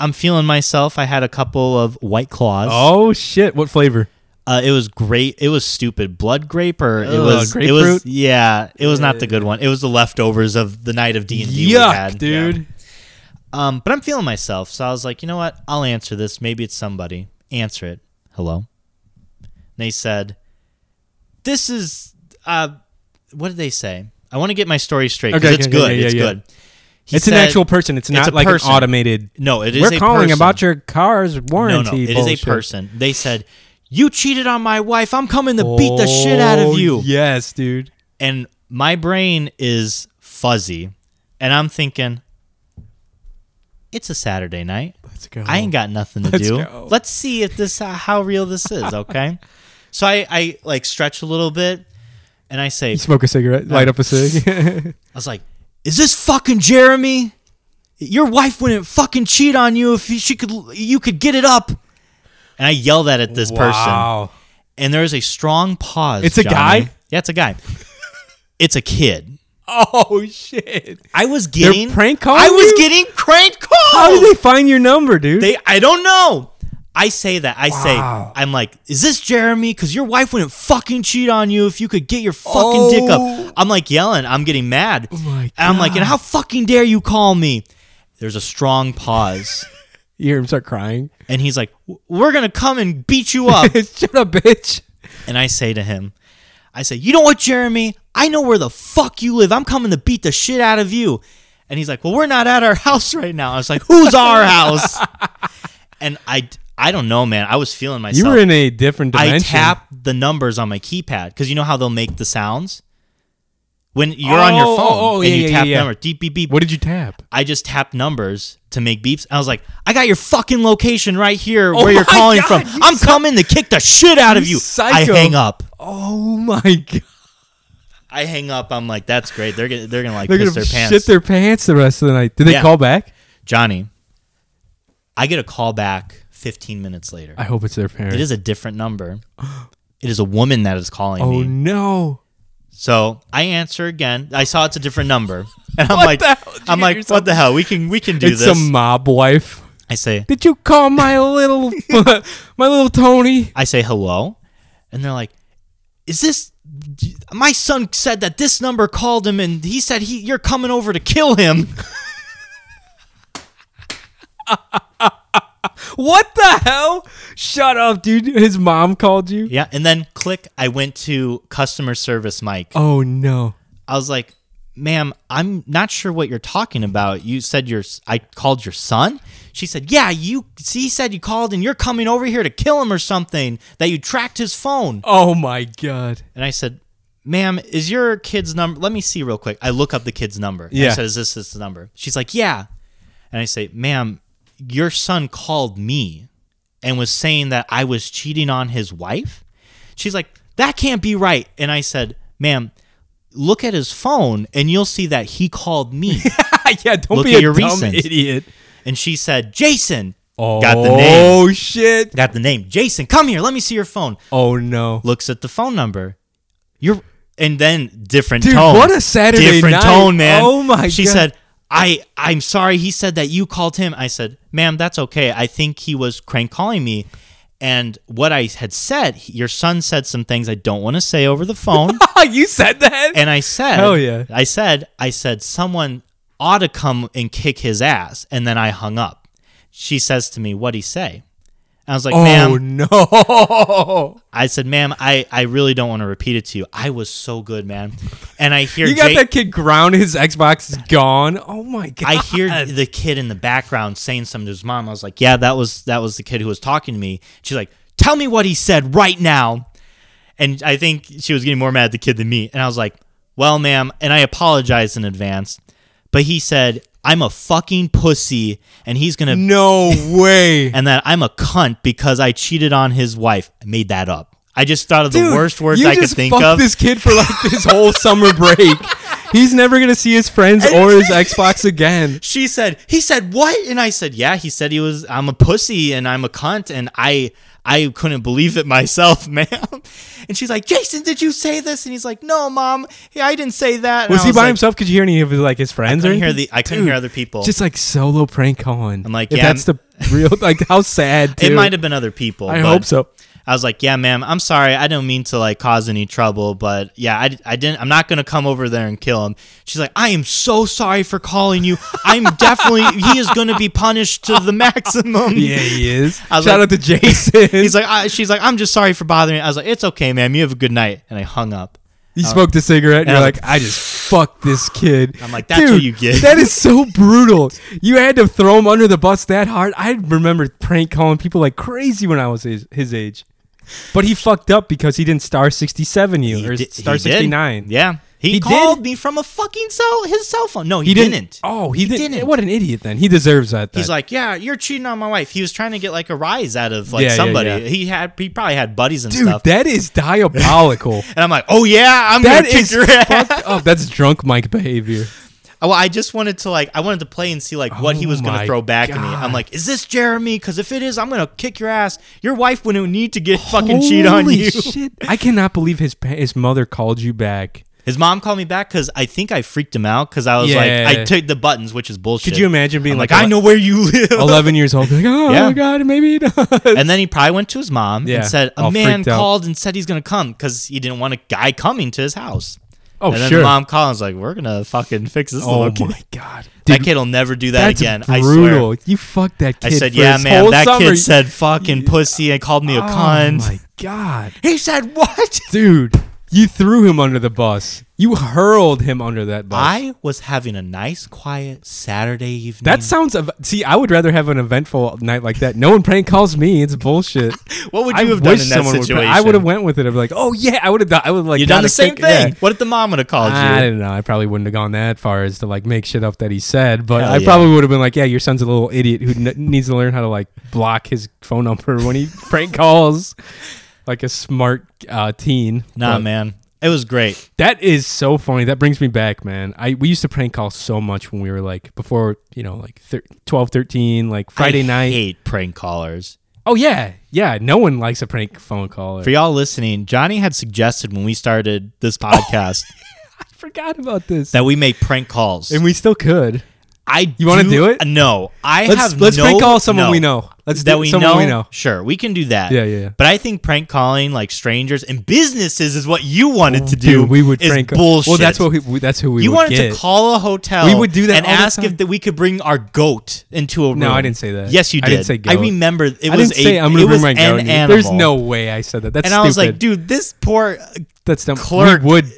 S2: I'm feeling myself. I had a couple of white claws.
S1: Oh shit! What flavor?
S2: Uh, it was great. It was stupid. Blood grape or it
S1: Ugh,
S2: was it
S1: grapefruit?
S2: was yeah. It was not the good one. It was the leftovers of the night of D and D.
S1: Yuck,
S2: had. Yeah.
S1: dude.
S2: Um, but I'm feeling myself, so I was like, you know what? I'll answer this. Maybe it's somebody. Answer it. Hello. And they said, "This is uh, what did they say? I want to get my story straight because
S1: Okay,
S2: it's
S1: okay,
S2: good.
S1: yeah, yeah,
S2: it's
S1: yeah.
S2: good. He
S1: It's
S2: said-
S1: an actual person. It's
S2: it's
S1: not
S2: a
S1: like
S2: person.
S1: an automated.
S2: No, it is.
S1: We're
S2: a
S1: calling
S2: person.
S1: about your car's warranty.
S2: No, no, it is
S1: bullshit.
S2: a person. They said, "You cheated on my wife. I'm coming to beat the shit out of you."
S1: Oh, Yes, dude.
S2: And my brain is fuzzy, and I'm thinking, "It's a Saturday night.
S1: Let's go.
S2: I ain't got nothing to
S1: Let's
S2: do.
S1: go.
S2: Let's see if this uh, how real this is." Okay, so I, I like stretch a little bit, and I say,
S1: You smoke a cigarette, light up a cig.
S2: I was like, "Is this fucking Jeremy? Your wife wouldn't fucking cheat on you if she could. You could get it up." And I yell that at this person,
S1: Wow.
S2: and there is a strong pause.
S1: It's a
S2: Johnny.
S1: guy?
S2: Yeah, it's a guy. it's a kid.
S1: Oh shit!
S2: I was getting
S1: prank
S2: I
S1: calling
S2: was
S1: you?
S2: getting crank
S1: How
S2: calls.
S1: did Oh. they find your number, dude?
S2: they? I don't know. I say that. I say,
S1: Wow.
S2: I'm like, is this Jeremy? Because your wife wouldn't fucking cheat on you if you could get your fucking dick
S1: Oh.
S2: up. I'm like yelling. I'm getting mad.
S1: my
S2: And I'm like, and
S1: God.
S2: how fucking dare you call me? There's a strong pause.
S1: You hear him start crying.
S2: and he's like, "W- we're going to come and beat you
S1: Uh,
S2: up.
S1: Shut up, bitch.
S2: and I say to him, I say, you know what, Jeremy? I know where the fuck you live. I'm coming to beat the shit out of you. And he's like, well, we're not at our house right now. I was like, who's our house? and I, I don't know, man. I was feeling myself.
S1: You were in a different dimension.
S2: I tapped the numbers on my keypad because you know how they'll make the sounds when you're on your
S1: Oh,
S2: phone
S1: oh, oh,
S2: and
S1: yeah,
S2: you
S1: yeah,
S2: tap
S1: yeah, yeah.
S2: numbers. Deep beep beep.
S1: What did you tap?
S2: I just tapped numbers to make beeps. I was like, I got your fucking location right here
S1: Oh
S2: where you're
S1: my
S2: calling
S1: God,
S2: from.
S1: you
S2: I'm
S1: psy-
S2: coming to kick the shit out of
S1: You
S2: you.
S1: psycho.
S2: I hang up.
S1: Oh my god!
S2: I hang up. I'm like, that's great. They're gonna they're gonna like
S1: They're
S2: piss
S1: gonna
S2: their
S1: shit
S2: pants.
S1: their pants the rest of the night. Did they
S2: Yeah.
S1: call back?
S2: Johnny, I get a call back 15 minutes later.
S1: I hope it's their parents.
S2: It is a different number. It is a woman that is calling
S1: Oh
S2: me.
S1: no!
S2: So I answer again. I saw it's a different number, and I'm
S1: What
S2: like,
S1: the hell did you
S2: I'm
S1: get
S2: like,
S1: yourself-
S2: what the hell? We can we can do
S1: it's
S2: this.
S1: a mob wife.
S2: I say
S1: Did you call my little my little Tony?
S2: I say hello, and they're like, is this? My son said that this number called him, and he said he you're coming over to kill him.
S1: What the hell? Shut up, dude. His mom called you.
S2: yeah, and then click. I went to customer service, Mike.
S1: Oh no!
S2: I was like, ma'am, I'm not sure what you're talking about. You said your I called your son? She said, Yeah, you he said you called and you're coming over here to kill him or something, that you tracked his phone.
S1: Oh my god!
S2: And I said, Ma'am, is your kid's number let me see real quick. I look up the kid's number. I
S1: Yeah.
S2: said, Is this this number? She's like, Yeah. And I say, Ma'am, your son called me and was saying that I was cheating on his wife. She's like, That can't be right. And I said, Ma'am, look at his phone and you'll see that he called me.
S1: yeah, don't
S2: Look
S1: be
S2: at
S1: a
S2: your
S1: dumb
S2: recents.
S1: idiot.
S2: and she said, Jason.
S1: Oh,
S2: Got the name.
S1: Oh shit!
S2: Got the name. Jason, come here. Let me see your phone.
S1: Oh no!
S2: looks at the phone number. You're and then different
S1: Dude,
S2: tone.
S1: what a Saturday
S2: different
S1: night.
S2: tone, man.
S1: Oh my
S2: She
S1: God.
S2: said, "I I'm sorry." He said that you called him. I said, "Ma'am, that's okay. I think he was crank calling me." And what I had said, he- your son said some things I don't want to say over the phone.
S1: you said that?
S2: and I said,
S1: Hell yeah.
S2: I said, I said, someone ought to come and kick his ass." And then I hung up. She says to me, "What'd he say?" I was like, "Ma'am,
S1: oh no!
S2: I said, ma'am, I, I really don't want to repeat it to you. I was so good, man. And I hear
S1: You got
S2: Ja-
S1: that kid grounded. His Xbox is gone. Oh my god!
S2: I hear the kid in the background saying something to his mom. I was like, yeah, that was that was the kid who was talking to me. She's like, tell me what he said right now. And I think she was getting more mad at the kid than me. And I was like, well, ma'am, and I apologized in advance. But he said, I'm a fucking pussy and he's gonna
S1: No way!
S2: and that I'm a cunt because I cheated on his wife. I made that up. I just thought of
S1: Dude,
S2: the worst words
S1: you
S2: I could
S1: just
S2: think
S1: fucked
S2: of.
S1: This kid for like this whole summer break. He's never gonna see his friends or his Xbox again.
S2: she said he said what and i said yeah he said he was i'm a pussy and i'm a cunt and i i couldn't believe it myself ma'am and she's like jason did you say this and he's like no mom yeah, i didn't say that And
S1: Was
S2: I
S1: he by
S2: like,
S1: himself? Could you hear any of his like his
S2: i
S1: friends or
S2: couldn't hear
S1: anything?
S2: the i couldn't
S1: Dude,
S2: hear other people
S1: Just like solo prank calling.
S2: I'm like,
S1: if
S2: yeah,
S1: that's the real like how sad.
S2: it
S1: dude.
S2: might have been other people
S1: I
S2: but
S1: hope so.
S2: i was like yeah ma'am i'm sorry i don't mean to like cause any trouble but yeah I, I didn't i'm not gonna come over there and kill him she's like i am so sorry for calling you i'm definitely he is gonna be punished to the maximum
S1: Yeah, he is. Shout
S2: I was like-
S1: out to Jason.
S2: He's like, I, she's like, I'm just sorry for bothering. you." I was like, it's okay, ma'am. You have a good night. And I hung up.
S1: you smoked a cigarette and
S2: and I
S1: you're
S2: was
S1: like, I just fucked this kid.
S2: I'm like, that's what
S1: Dude,
S2: you get.
S1: That is so brutal. You had to throw him under the bus that hard. I remember prank calling people like crazy when I was his, his age. But he fucked up because he didn't star 67 you
S2: He
S1: or
S2: di-
S1: star
S2: he did.
S1: 69.
S2: Yeah, he,
S1: He
S2: called
S1: did.
S2: me from a fucking cell, his cell phone. No, he,
S1: He
S2: didn't.
S1: didn't. Oh, he, didn't.
S2: didn't.
S1: What an idiot then. He deserves that.
S2: He's
S1: then.
S2: like, yeah, you're cheating on my wife. He was trying to get like a rise out of like
S1: Yeah, yeah,
S2: somebody.
S1: yeah.
S2: He had, he probably had buddies and
S1: Dude,
S2: stuff.
S1: that is diabolical.
S2: and I'm like, oh yeah, I'm
S1: that
S2: gonna kick
S1: is
S2: your ass.
S1: fucked up. That's drunk Mike behavior.
S2: Well, I just wanted to like, I wanted to play and see like what he
S1: Oh
S2: was
S1: my
S2: gonna throw back at me.
S1: God.
S2: I'm like, is this Jeremy? Because if it is, I'm gonna kick your ass. Your wife wouldn't need to get fucking cheat on
S1: Holy
S2: you.
S1: Shit. I cannot believe his pa- his mother called you back
S2: His mom called me back because I think I freaked him out because I was like,
S1: Yeah.
S2: I took the buttons, which is bullshit.
S1: Could you imagine being
S2: I'm
S1: like,
S2: like, I know where you live.
S1: 11 years old? Like, oh
S2: Yeah.
S1: my god, maybe he does.
S2: And then he probably went to his mom
S1: Yeah,
S2: and said, A
S1: all
S2: man
S1: freaked out.
S2: called and said he's going to come because he didn't want a guy coming to his house.
S1: oh
S2: and then
S1: sure.
S2: the mom called and was like, We're going to fucking fix this
S1: oh
S2: little kid.
S1: my god,
S2: That kid will never do that
S1: that's
S2: again. I swear.
S1: brutal. You fucked that
S2: I
S1: kid.
S2: said,
S1: for
S2: Yeah,
S1: his
S2: man,
S1: whole
S2: that
S1: summer.
S2: kid said fucking pussy and called me a
S1: oh
S2: cunt.
S1: my god,
S2: He said, What?
S1: dude, you threw him under the bus. You hurled him under that bus.
S2: I was having a nice, quiet Saturday evening.
S1: that sounds. ev- See, I would rather have an eventful night like that. No one prank calls me. It's bullshit.
S2: what would
S1: I
S2: you have done
S1: wish
S2: in that
S1: someone
S2: situation?
S1: Would, prank- I would have went with it. I'd be like, oh yeah, I would have done. I would like
S2: You done
S1: gotta
S2: the same
S1: kick-
S2: thing.
S1: yeah.
S2: What if the mom would have called
S1: I
S2: you?
S1: don't know. I probably wouldn't have gone that far as to like make shit up that he said, but
S2: Hell
S1: I
S2: yeah.
S1: probably would have been like, "Yeah, your son's a little idiot who n- needs to learn how to like block his phone number when he prank calls, like a smart uh, teen."
S2: Nah,
S1: But
S2: man. It was great.
S1: that is so funny. That brings me back, man. I we used to prank call so much when we were like before, you know, like thir- 12, 13, like Friday
S2: I
S1: night.
S2: hate prank callers.
S1: oh yeah, yeah. No one likes a prank phone call.
S2: For y'all listening, Johnny had suggested when we started this
S1: Oh.
S2: podcast
S1: I forgot about this,
S2: that we make prank calls.
S1: and we still could.
S2: I
S1: You wanna do it?
S2: No, I
S1: Let's
S2: have.
S1: let's
S2: no,
S1: prank call someone
S2: no.
S1: we know. Let's
S2: that
S1: do,
S2: we
S1: someone
S2: know,
S1: we know.
S2: Sure, we can do that.
S1: Yeah, yeah, yeah.
S2: But I think prank calling like strangers and businesses is what you wanted to do.
S1: Dude, we would
S2: is
S1: prank
S2: bullshit.
S1: Well, that's what we, we- that's who we
S2: you
S1: would
S2: wanted
S1: get.
S2: to call a hotel.
S1: We would do that
S2: and
S1: all the
S2: ask if
S1: time.
S2: that we could bring our goat into a room.
S1: No, I didn't say that.
S2: Yes, you did.
S1: I didn't say
S2: I
S1: goat.
S2: remember it
S1: I
S2: was
S1: didn't say
S2: a.
S1: I'm
S2: it
S1: gonna bring
S2: was
S1: my
S2: an
S1: goat. in here.
S2: animal.
S1: There's no way I said that. That's
S2: And
S1: stupid.
S2: I was like, dude, this poor.
S1: that's dumb.
S2: clerk.
S1: We would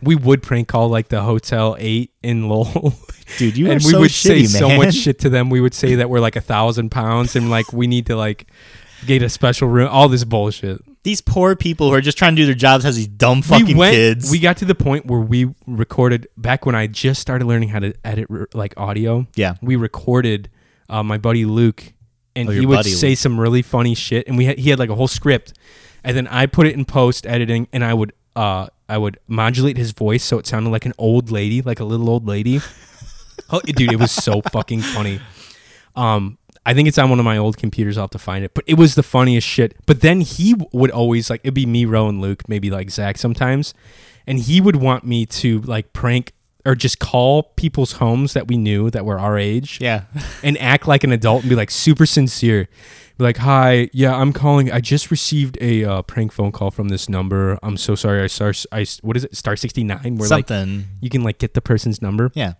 S1: we would prank call like the hotel eight in Lowell,
S2: Dude, you
S1: and
S2: are
S1: we
S2: so
S1: would say
S2: shitty,
S1: so
S2: man.
S1: much shit to them. We would say that we're like a thousand pounds and like we need to like get a special room. All this bullshit.
S2: These poor people who are just trying to do their jobs has these dumb fucking
S1: we went,
S2: kids.
S1: We got to the point where we recorded back when I just started learning how to edit r- like audio.
S2: Yeah.
S1: we recorded uh, my buddy Luke, and
S2: Oh, your
S1: he would
S2: buddy
S1: say some really funny shit, and we had, he had like a whole script, and then I put it in post editing, and I would uh I would modulate his voice so it sounded like an old lady, like a little old lady. Oh, dude, it was so fucking funny. Um, I think it's on one of my old computers. I'll have to find it. But it was the funniest shit. But then he w- would always like it'd be me, Ro, and Luke, maybe like Zach sometimes, and he would want me to like prank or just call people's homes that we knew that were our age
S2: yeah.
S1: and act like an adult and be like super sincere. Be like, hi, yeah, I'm calling. I just received a uh, prank phone call from this number. I'm so sorry. I star, I what is it? Star sixty nine. Where like
S2: Something.
S1: you can like get the person's number
S2: yeah.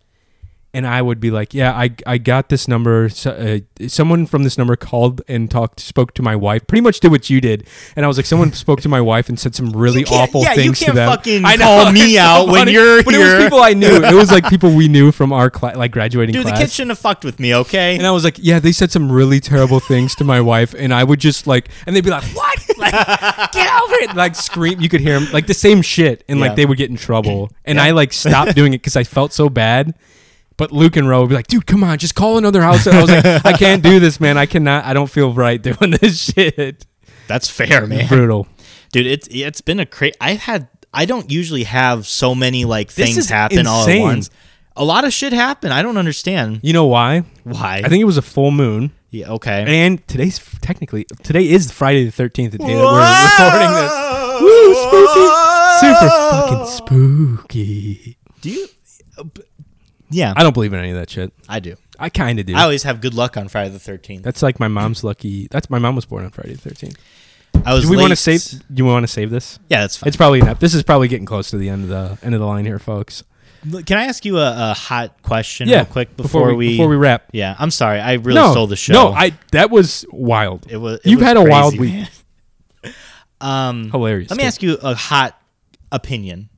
S1: and I would be like, "Yeah, I I got this number. So, uh, someone from this number called and talked, spoke to my wife. Pretty much did what you did." And I was like, "Someone spoke to my wife and said some really
S2: can't-
S1: awful
S2: yeah, you
S1: things to
S2: can't
S1: them."
S2: fucking
S1: I know,
S2: call
S1: it's
S2: me
S1: so
S2: out when
S1: funny.
S2: you're
S1: But it
S2: here.
S1: was people I knew. It was like people we knew from our cla- like graduating
S2: Dude,
S1: class.
S2: the kid shouldn't have fucked with me, okay?
S1: And I was like, yeah, they said some really terrible things to my wife, and I would just like, and they'd be like, what? Like, get over it! Like scream. You could hear them like the same shit, and
S2: Yeah.
S1: like they would get in trouble. And I like stopped doing it because I felt so bad. But Luke and Ro would be like, dude, come on, just call another house. And I was like, I can't do this, man. I cannot. I don't feel right doing this shit.
S2: That's fair, man.
S1: Brutal.
S2: Dude, it's it's been a crazy. I've had I don't usually have so many like things
S1: is
S2: happen all at
S1: insane.
S2: once. A lot of shit happened. I don't understand
S1: You know why?
S2: why.
S1: I think it was a full moon,
S2: yeah, okay.
S1: and today's technically today is Friday the thirteenth, the day that we're recording this. Woo, spooky. Super fucking spooky.
S2: Do you? uh, b- Yeah,
S1: I don't believe in any of that shit.
S2: I do.
S1: I kind of do.
S2: I always have good luck on Friday the Thirteenth.
S1: that's like my mom's lucky. That's my mom was born on Friday the 13th.
S2: I was.
S1: Do we want to
S2: late.
S1: save? Do we want to save this?
S2: Yeah, that's fine.
S1: It's probably not. This is probably getting close to the end of the end of the line here, folks.
S2: Look, Can I ask you a, a hot question
S1: Yeah,
S2: real quick before, we,
S1: before we wrap.
S2: Yeah, I'm sorry. I really
S1: no,
S2: stole the show.
S1: No, I that was wild.
S2: It was. it
S1: You've
S2: was
S1: had a wild
S2: crazy,
S1: week.
S2: man. um,
S1: Hilarious.
S2: Let me
S1: dude.
S2: ask you a hot opinion.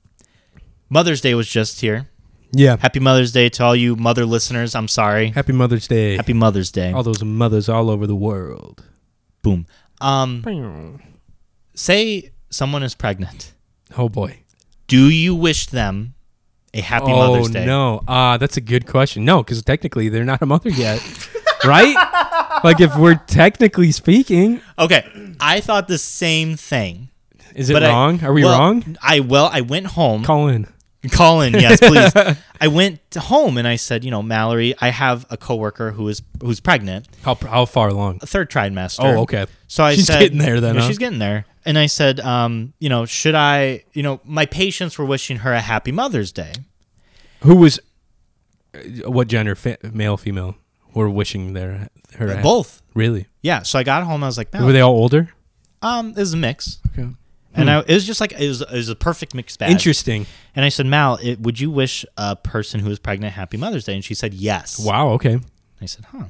S2: Mother's Day was just here.
S1: Yeah.
S2: Happy Mother's Day to all you mother listeners. I'm sorry.
S1: Happy Mother's Day.
S2: Happy Mother's Day.
S1: all those mothers all over the world.
S2: Boom. Um, say someone is pregnant.
S1: Oh boy.
S2: Do you wish them a happy
S1: oh,
S2: Mother's Day?
S1: No, uh, that's a good question. No, because technically they're not a mother yet, right? Like if we're technically speaking,
S2: Okay. I thought the same thing.
S1: is it
S2: But I-
S1: wrong? Are we
S2: well,
S1: wrong?
S2: I well, I went home.
S1: Call in.
S2: Call in, yes, please. I went to home and I said, you know, Mallory, I have a coworker who is who's pregnant,
S1: How, how far along?
S2: a third trimester.
S1: Oh, okay.
S2: So I
S1: She's
S2: said,
S1: getting there then,
S2: Yeah,
S1: huh?
S2: She's getting there. And I said, um, you know, should I? You know, my patients were wishing her a happy Mother's Day.
S1: Who was uh, what gender? Fa- male, female? Were wishing their her a-
S2: Both.
S1: Really?
S2: Yeah. So I got home. I was like,
S1: Were
S2: no,
S1: they all older?
S2: um, it was a mix.
S1: Okay.
S2: And
S1: Hmm.
S2: I, it was just like it was, it was a perfect mixed bag.
S1: Interesting.
S2: And I said, Mal, it, would you wish a person who is pregnant happy Mother's Day? And she said, yes.
S1: Wow. Okay.
S2: I said, huh.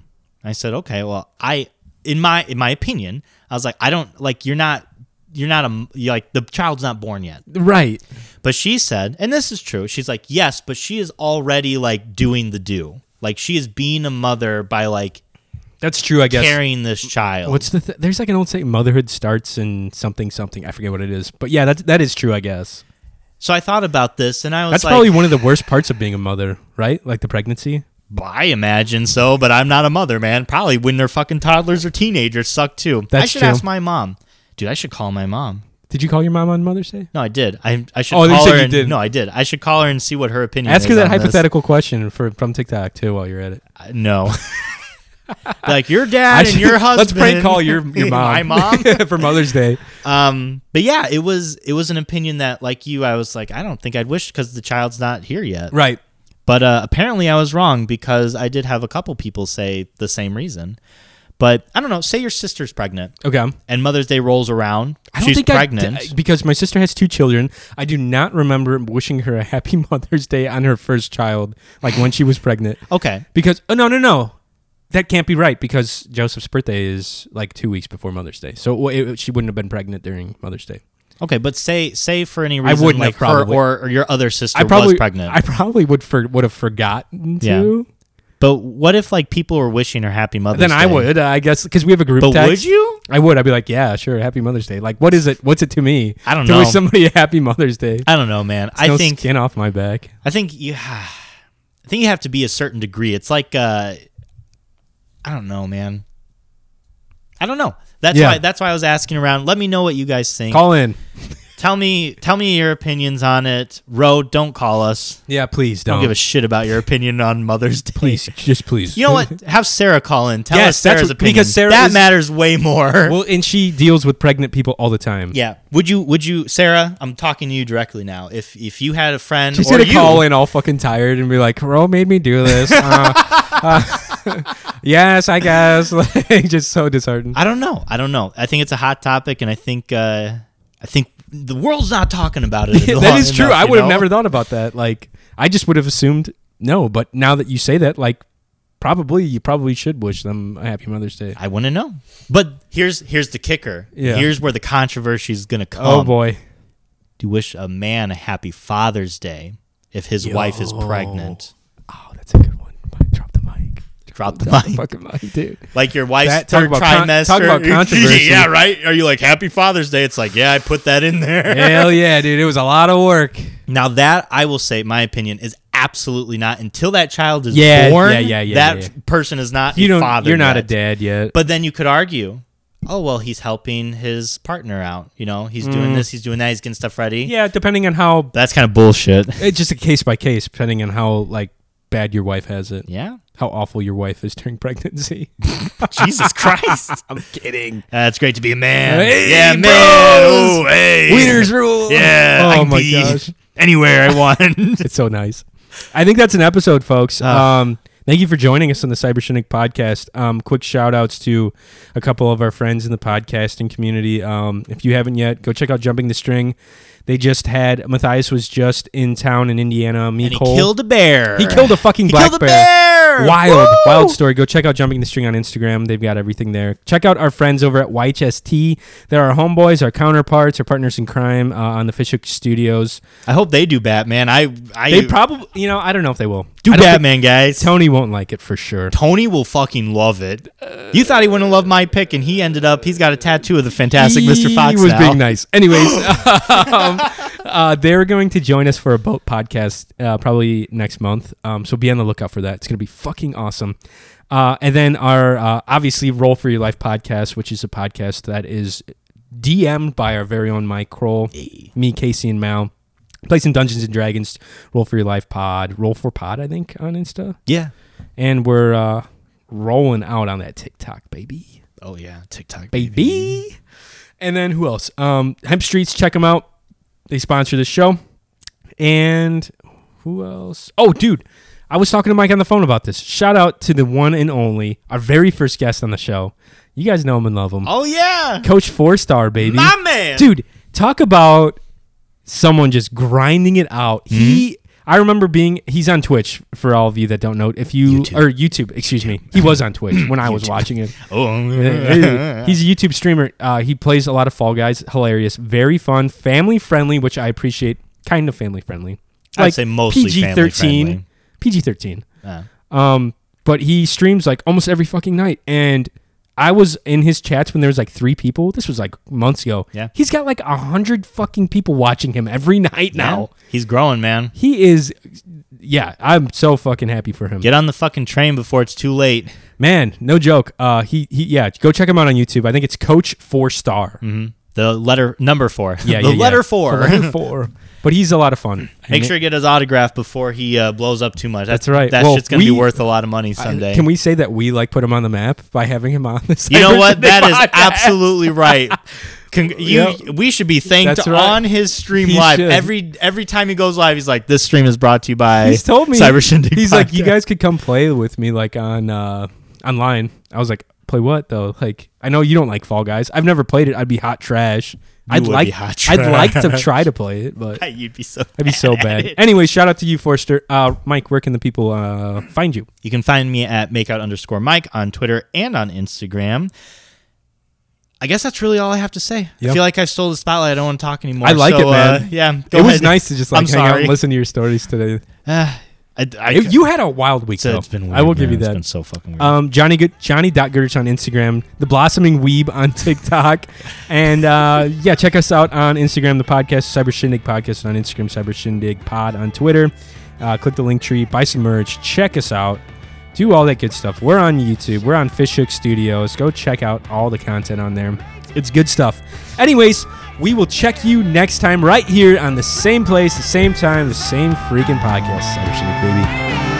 S2: I said, okay. Well, I in my in my opinion, I was like, I don't like you're not you're not a you're like the child's not born yet.
S1: Right.
S2: But she said, and this is true. She's like, yes, but she is already like doing the do. Like she is being a mother by like
S1: That's true. I guess.
S2: carrying this child.
S1: What's the th- there's like an old saying motherhood starts in something something I forget what it is but yeah that that is true I guess
S2: so I thought about this, and I was
S1: that's
S2: like,
S1: probably one of the worst parts of being a mother right like the pregnancy
S2: I imagine so, but I'm not a mother, man. Probably when they're fucking toddlers or teenagers suck too. I
S1: That's
S2: should
S1: true.
S2: ask my mom. Dude, I should call my mom.
S1: did you call your mom on Mother's Day
S2: No, I did. I I should
S1: Oh, you
S2: call
S1: said
S2: her.
S1: you
S2: and,
S1: did.
S2: No, I did. I should call her and see what her opinion.
S1: ask
S2: is
S1: her that
S2: on this.
S1: hypothetical question for from TikTok too while you're at it
S2: Uh, No. like your dad
S1: I
S2: and
S1: should-
S2: your husband.
S1: let's prank call your your mom
S2: my mom.
S1: for Mother's Day
S2: Um, but yeah, it was it was an opinion that like you, I was like, I don't think I'd wish because the child's not here yet.
S1: right
S2: But uh, apparently, I was wrong because I did have a couple people say the same reason. But I don't know. Say your sister's pregnant
S1: okay
S2: and Mother's Day rolls around.
S1: I don't
S2: She's
S1: think
S2: pregnant.
S1: I, d- because my sister has two children I do not remember wishing her a happy Mother's Day on her first child like when she was pregnant
S2: okay.
S1: Because oh no no no, that can't be right because Joseph's birthday is like two weeks before Mother's Day, so w- it, she wouldn't have been pregnant during Mother's Day.
S2: Okay. But say say for any reason,
S1: wouldn't
S2: like
S1: have probably.
S2: her or, or your other sister
S1: I probably
S2: was pregnant.
S1: I probably would for, would have forgotten
S2: Yeah.
S1: to.
S2: but what if like people were wishing her happy Mother's
S1: Then
S2: Day?
S1: I would, I guess, because we have a group
S2: But
S1: text.
S2: would you?
S1: I would. I'd be like, yeah, sure, Happy Mother's Day. Like, what is it? What's it to me?
S2: I don't
S1: to wish
S2: know.
S1: somebody a Happy Mother's Day.
S2: I don't know, man. I
S1: No
S2: think
S1: skin off my back.
S2: I think you. I think you have to be a certain degree. It's like uh, I don't know, man. I don't know. That's
S1: Yeah.
S2: why. That's why I was asking around. Let me know what you guys think.
S1: Call in.
S2: Tell me. Tell me your opinions on it. Ro, don't call us.
S1: Yeah, please don't,
S2: Don't give a shit about your opinion on Mother's Day.
S1: Oh. please, just please.
S2: You know what? Have Sarah call in. Tell
S1: Yes,
S2: us
S1: that's
S2: Sarah's
S1: what-
S2: opinion
S1: because Sarah
S2: that
S1: is-
S2: matters way more.
S1: well, and she deals with pregnant people all the time.
S2: yeah. Would you? Would you, Sarah? I'm talking to you directly now. If if you had a friend
S1: She's
S2: or
S1: gonna
S2: you,
S1: call in all fucking tired and be like, "Ro made me do this." Uh, uh, yes, I guess. like, just so disheartened.
S2: I don't know. I don't know. I think it's a hot topic, and I think uh, I think the world's not talking about it.
S1: that
S2: long
S1: is true.
S2: enough,
S1: I
S2: you
S1: would have
S2: know?
S1: never thought about that. Like, I just would have assumed no. But now that you say that, like, probably you probably should wish them a happy Mother's Day.
S2: I want to know. But here's here's the kicker.
S1: Yeah.
S2: Here's where the controversy is gonna come.
S1: oh boy,
S2: Do you wish a man a happy Father's Day if his wife is pregnant?
S1: oh that's a good one. Drop the mic.
S2: Drop the mic.
S1: Fucking mic, dude.
S2: Like your wife's
S1: That- talk
S2: third
S1: about con-
S2: trimester.
S1: talk about controversy.
S2: yeah, right. Are you like Happy Father's Day? It's like yeah, I put that in there.
S1: Hell yeah, dude. It was a lot of work.
S2: Now that I will say, my opinion is absolutely not until that child is
S1: Yeah,
S2: born.
S1: yeah, yeah, yeah,
S2: That
S1: yeah, yeah.
S2: person is not
S1: You
S2: a
S1: don't.
S2: father.
S1: you're not
S2: yet.
S1: a dad yet.
S2: But then you could argue, oh well, he's helping his partner out. You know, he's doing this, he's doing that, he's getting stuff ready.
S1: Mm. yeah, depending on how
S2: That's kind of bullshit.
S1: It's just a case by case, depending on how like bad your wife has it,
S2: Yeah.
S1: how awful your wife is during pregnancy.
S2: Jesus Christ.
S1: I'm kidding.
S2: Uh, it's great to be a man.
S1: Hey,
S2: yeah, man.
S1: bros.
S2: Oh, hey.
S1: Wieners rule.
S2: Yeah. I
S1: Oh
S2: can
S1: my
S2: be
S1: gosh,
S2: Anywhere I want.
S1: it's so nice. I think that's an episode, folks.
S2: Ah.
S1: Um, thank you for joining us on the Cyber Shindig podcast. Um, quick shout outs to a couple of our friends in the podcasting community. Um, if you haven't yet, go check out Jumping the String. They just had Matthias was just in town in Indiana. Me
S2: and he
S1: Cole.
S2: killed a bear.
S1: He killed a fucking
S2: He
S1: black
S2: killed a
S1: bear.
S2: bear.
S1: Wild,
S2: Woo!
S1: wild story. Go check out Jumping the String on Instagram. They've got everything there. Check out our friends over at YHST. They're our homeboys, our counterparts, our partners in crime uh, on the Fishhook Studios.
S2: I hope they do Batman. I I
S1: They probably, you know, I don't know if they will.
S2: do
S1: I don't think-
S2: Batman, guys.
S1: Tony won't like it for sure.
S2: Tony will fucking love it. You thought he wouldn't love my pick, and he ended up. He's got a tattoo of the fantastic Mr. Fox.
S1: He was
S2: now.
S1: being nice. Anyways, um, uh, they're going to join us for a boat podcast uh, probably next month. Um, so be on the lookout for that. It's going to be fucking awesome. Uh, and then our uh, obviously Roll for Your Life podcast, which is a podcast that is DM'd by our very own Mike Kroll, me, Casey, and Mal. Play some Dungeons and Dragons, Roll for Your Life Pod, Roll for Pod, I think, on Insta.
S2: Yeah.
S1: And we're uh, rolling out on that TikTok, baby.
S2: Oh yeah, TikTok
S1: Baby. And then who else? Um, Hemp Streets, check them out. They sponsor the show. And who else? Oh, dude. I was talking to Mike on the phone about this. Shout out to the one and only, our very first guest on the show. You guys know him and love him.
S2: Oh yeah,
S1: Coach Four Star, baby.
S2: my man.
S1: Dude, talk about someone just grinding it out.
S2: Hmm?
S1: He I remember being he's on Twitch for all of you that don't know. If you
S2: YouTube.
S1: or YouTube, excuse me. He was on Twitch when I was watching it.
S2: Oh,
S1: he's a YouTube streamer. Uh, he plays a lot of Fall Guys. Hilarious, very fun, family friendly, which I appreciate. Kind of family friendly.
S2: I'd say mostly family-friendly.
S1: PG thirteen.
S2: Uh,
S1: Um, but he streams like almost every fucking night, and I was in his chats when there was like three people. This was like months ago.
S2: Yeah.
S1: he's got like a hundred fucking people watching him every night now.
S2: yeah. he's growing, man.
S1: He is, yeah. I'm so fucking happy for him,
S2: Get on the fucking train before it's too late.
S1: man. No joke. Uh, he he, yeah. Go check him out on YouTube. I think it's Coach Four
S2: Mm.
S1: Star.
S2: The letter number four.
S1: Yeah,
S2: the
S1: yeah, yeah.
S2: letter
S1: The
S2: four.
S1: letter four. But he's a lot of fun.
S2: Make sure you get his autograph before he uh, blows up too much.
S1: That's right.
S2: That
S1: Well,
S2: shit's gonna be
S1: we-
S2: worth a lot of money someday.
S1: Can we say that we like put him on the map by having him on this?
S2: you know what? That is
S1: Podcast?
S2: absolutely right. Con- you,
S1: Yep.
S2: we should be thanked
S1: That's right.
S2: on his stream
S1: He
S2: live
S1: should.
S2: every every time he goes live. He's like, "This stream is brought to you by."
S1: he's told me
S2: Cyber Shindig
S1: He's like, you
S2: Podcast."
S1: guys could come play with me like on uh online. I was like, play what though? Like, I know you don't like Fall Guys. I've never played it. I'd be hot trash. I'd
S2: would
S1: like,
S2: be hot
S1: I'd like to
S2: trash.
S1: try to play it, but
S2: You'd be so.
S1: I'd be so bad. Anyway, shout out to you, Forster. Uh, Mike, where can the people uh find you?
S2: You can find me at makeout underscore Mike on Twitter and on Instagram. I guess that's really all I have to say.
S1: Yep.
S2: I feel like I stole the spotlight. I don't want to talk anymore.
S1: I like
S2: So,
S1: it, man.
S2: uh, yeah,
S1: it
S2: go
S1: was
S2: ahead.
S1: nice to just like
S2: I'm
S1: hang out
S2: sorry.
S1: and listen to your stories today.
S2: Uh, I, I,
S1: If you had a wild week,
S2: it's, it's
S1: though.
S2: been weird,
S1: I will
S2: man.
S1: give you
S2: It's
S1: that.
S2: been so fucking weird.
S1: Um, Johnny Good Johnny dot Goodrich on Instagram, the blossoming weeb on TikTok, and uh, yeah, check us out on Instagram. The podcast Cyber Shindig Podcast on Instagram, Cyber Shindig Pod on Twitter. Uh, click the link tree, buy some merch, check us out, do all that good stuff. We're on YouTube, we're on Fishhook Studios. Go check out all the content on there. It's good stuff. Anyways, we will check you next time right here on the same place, the same time, the same freaking podcast. Cyber Shindig, baby.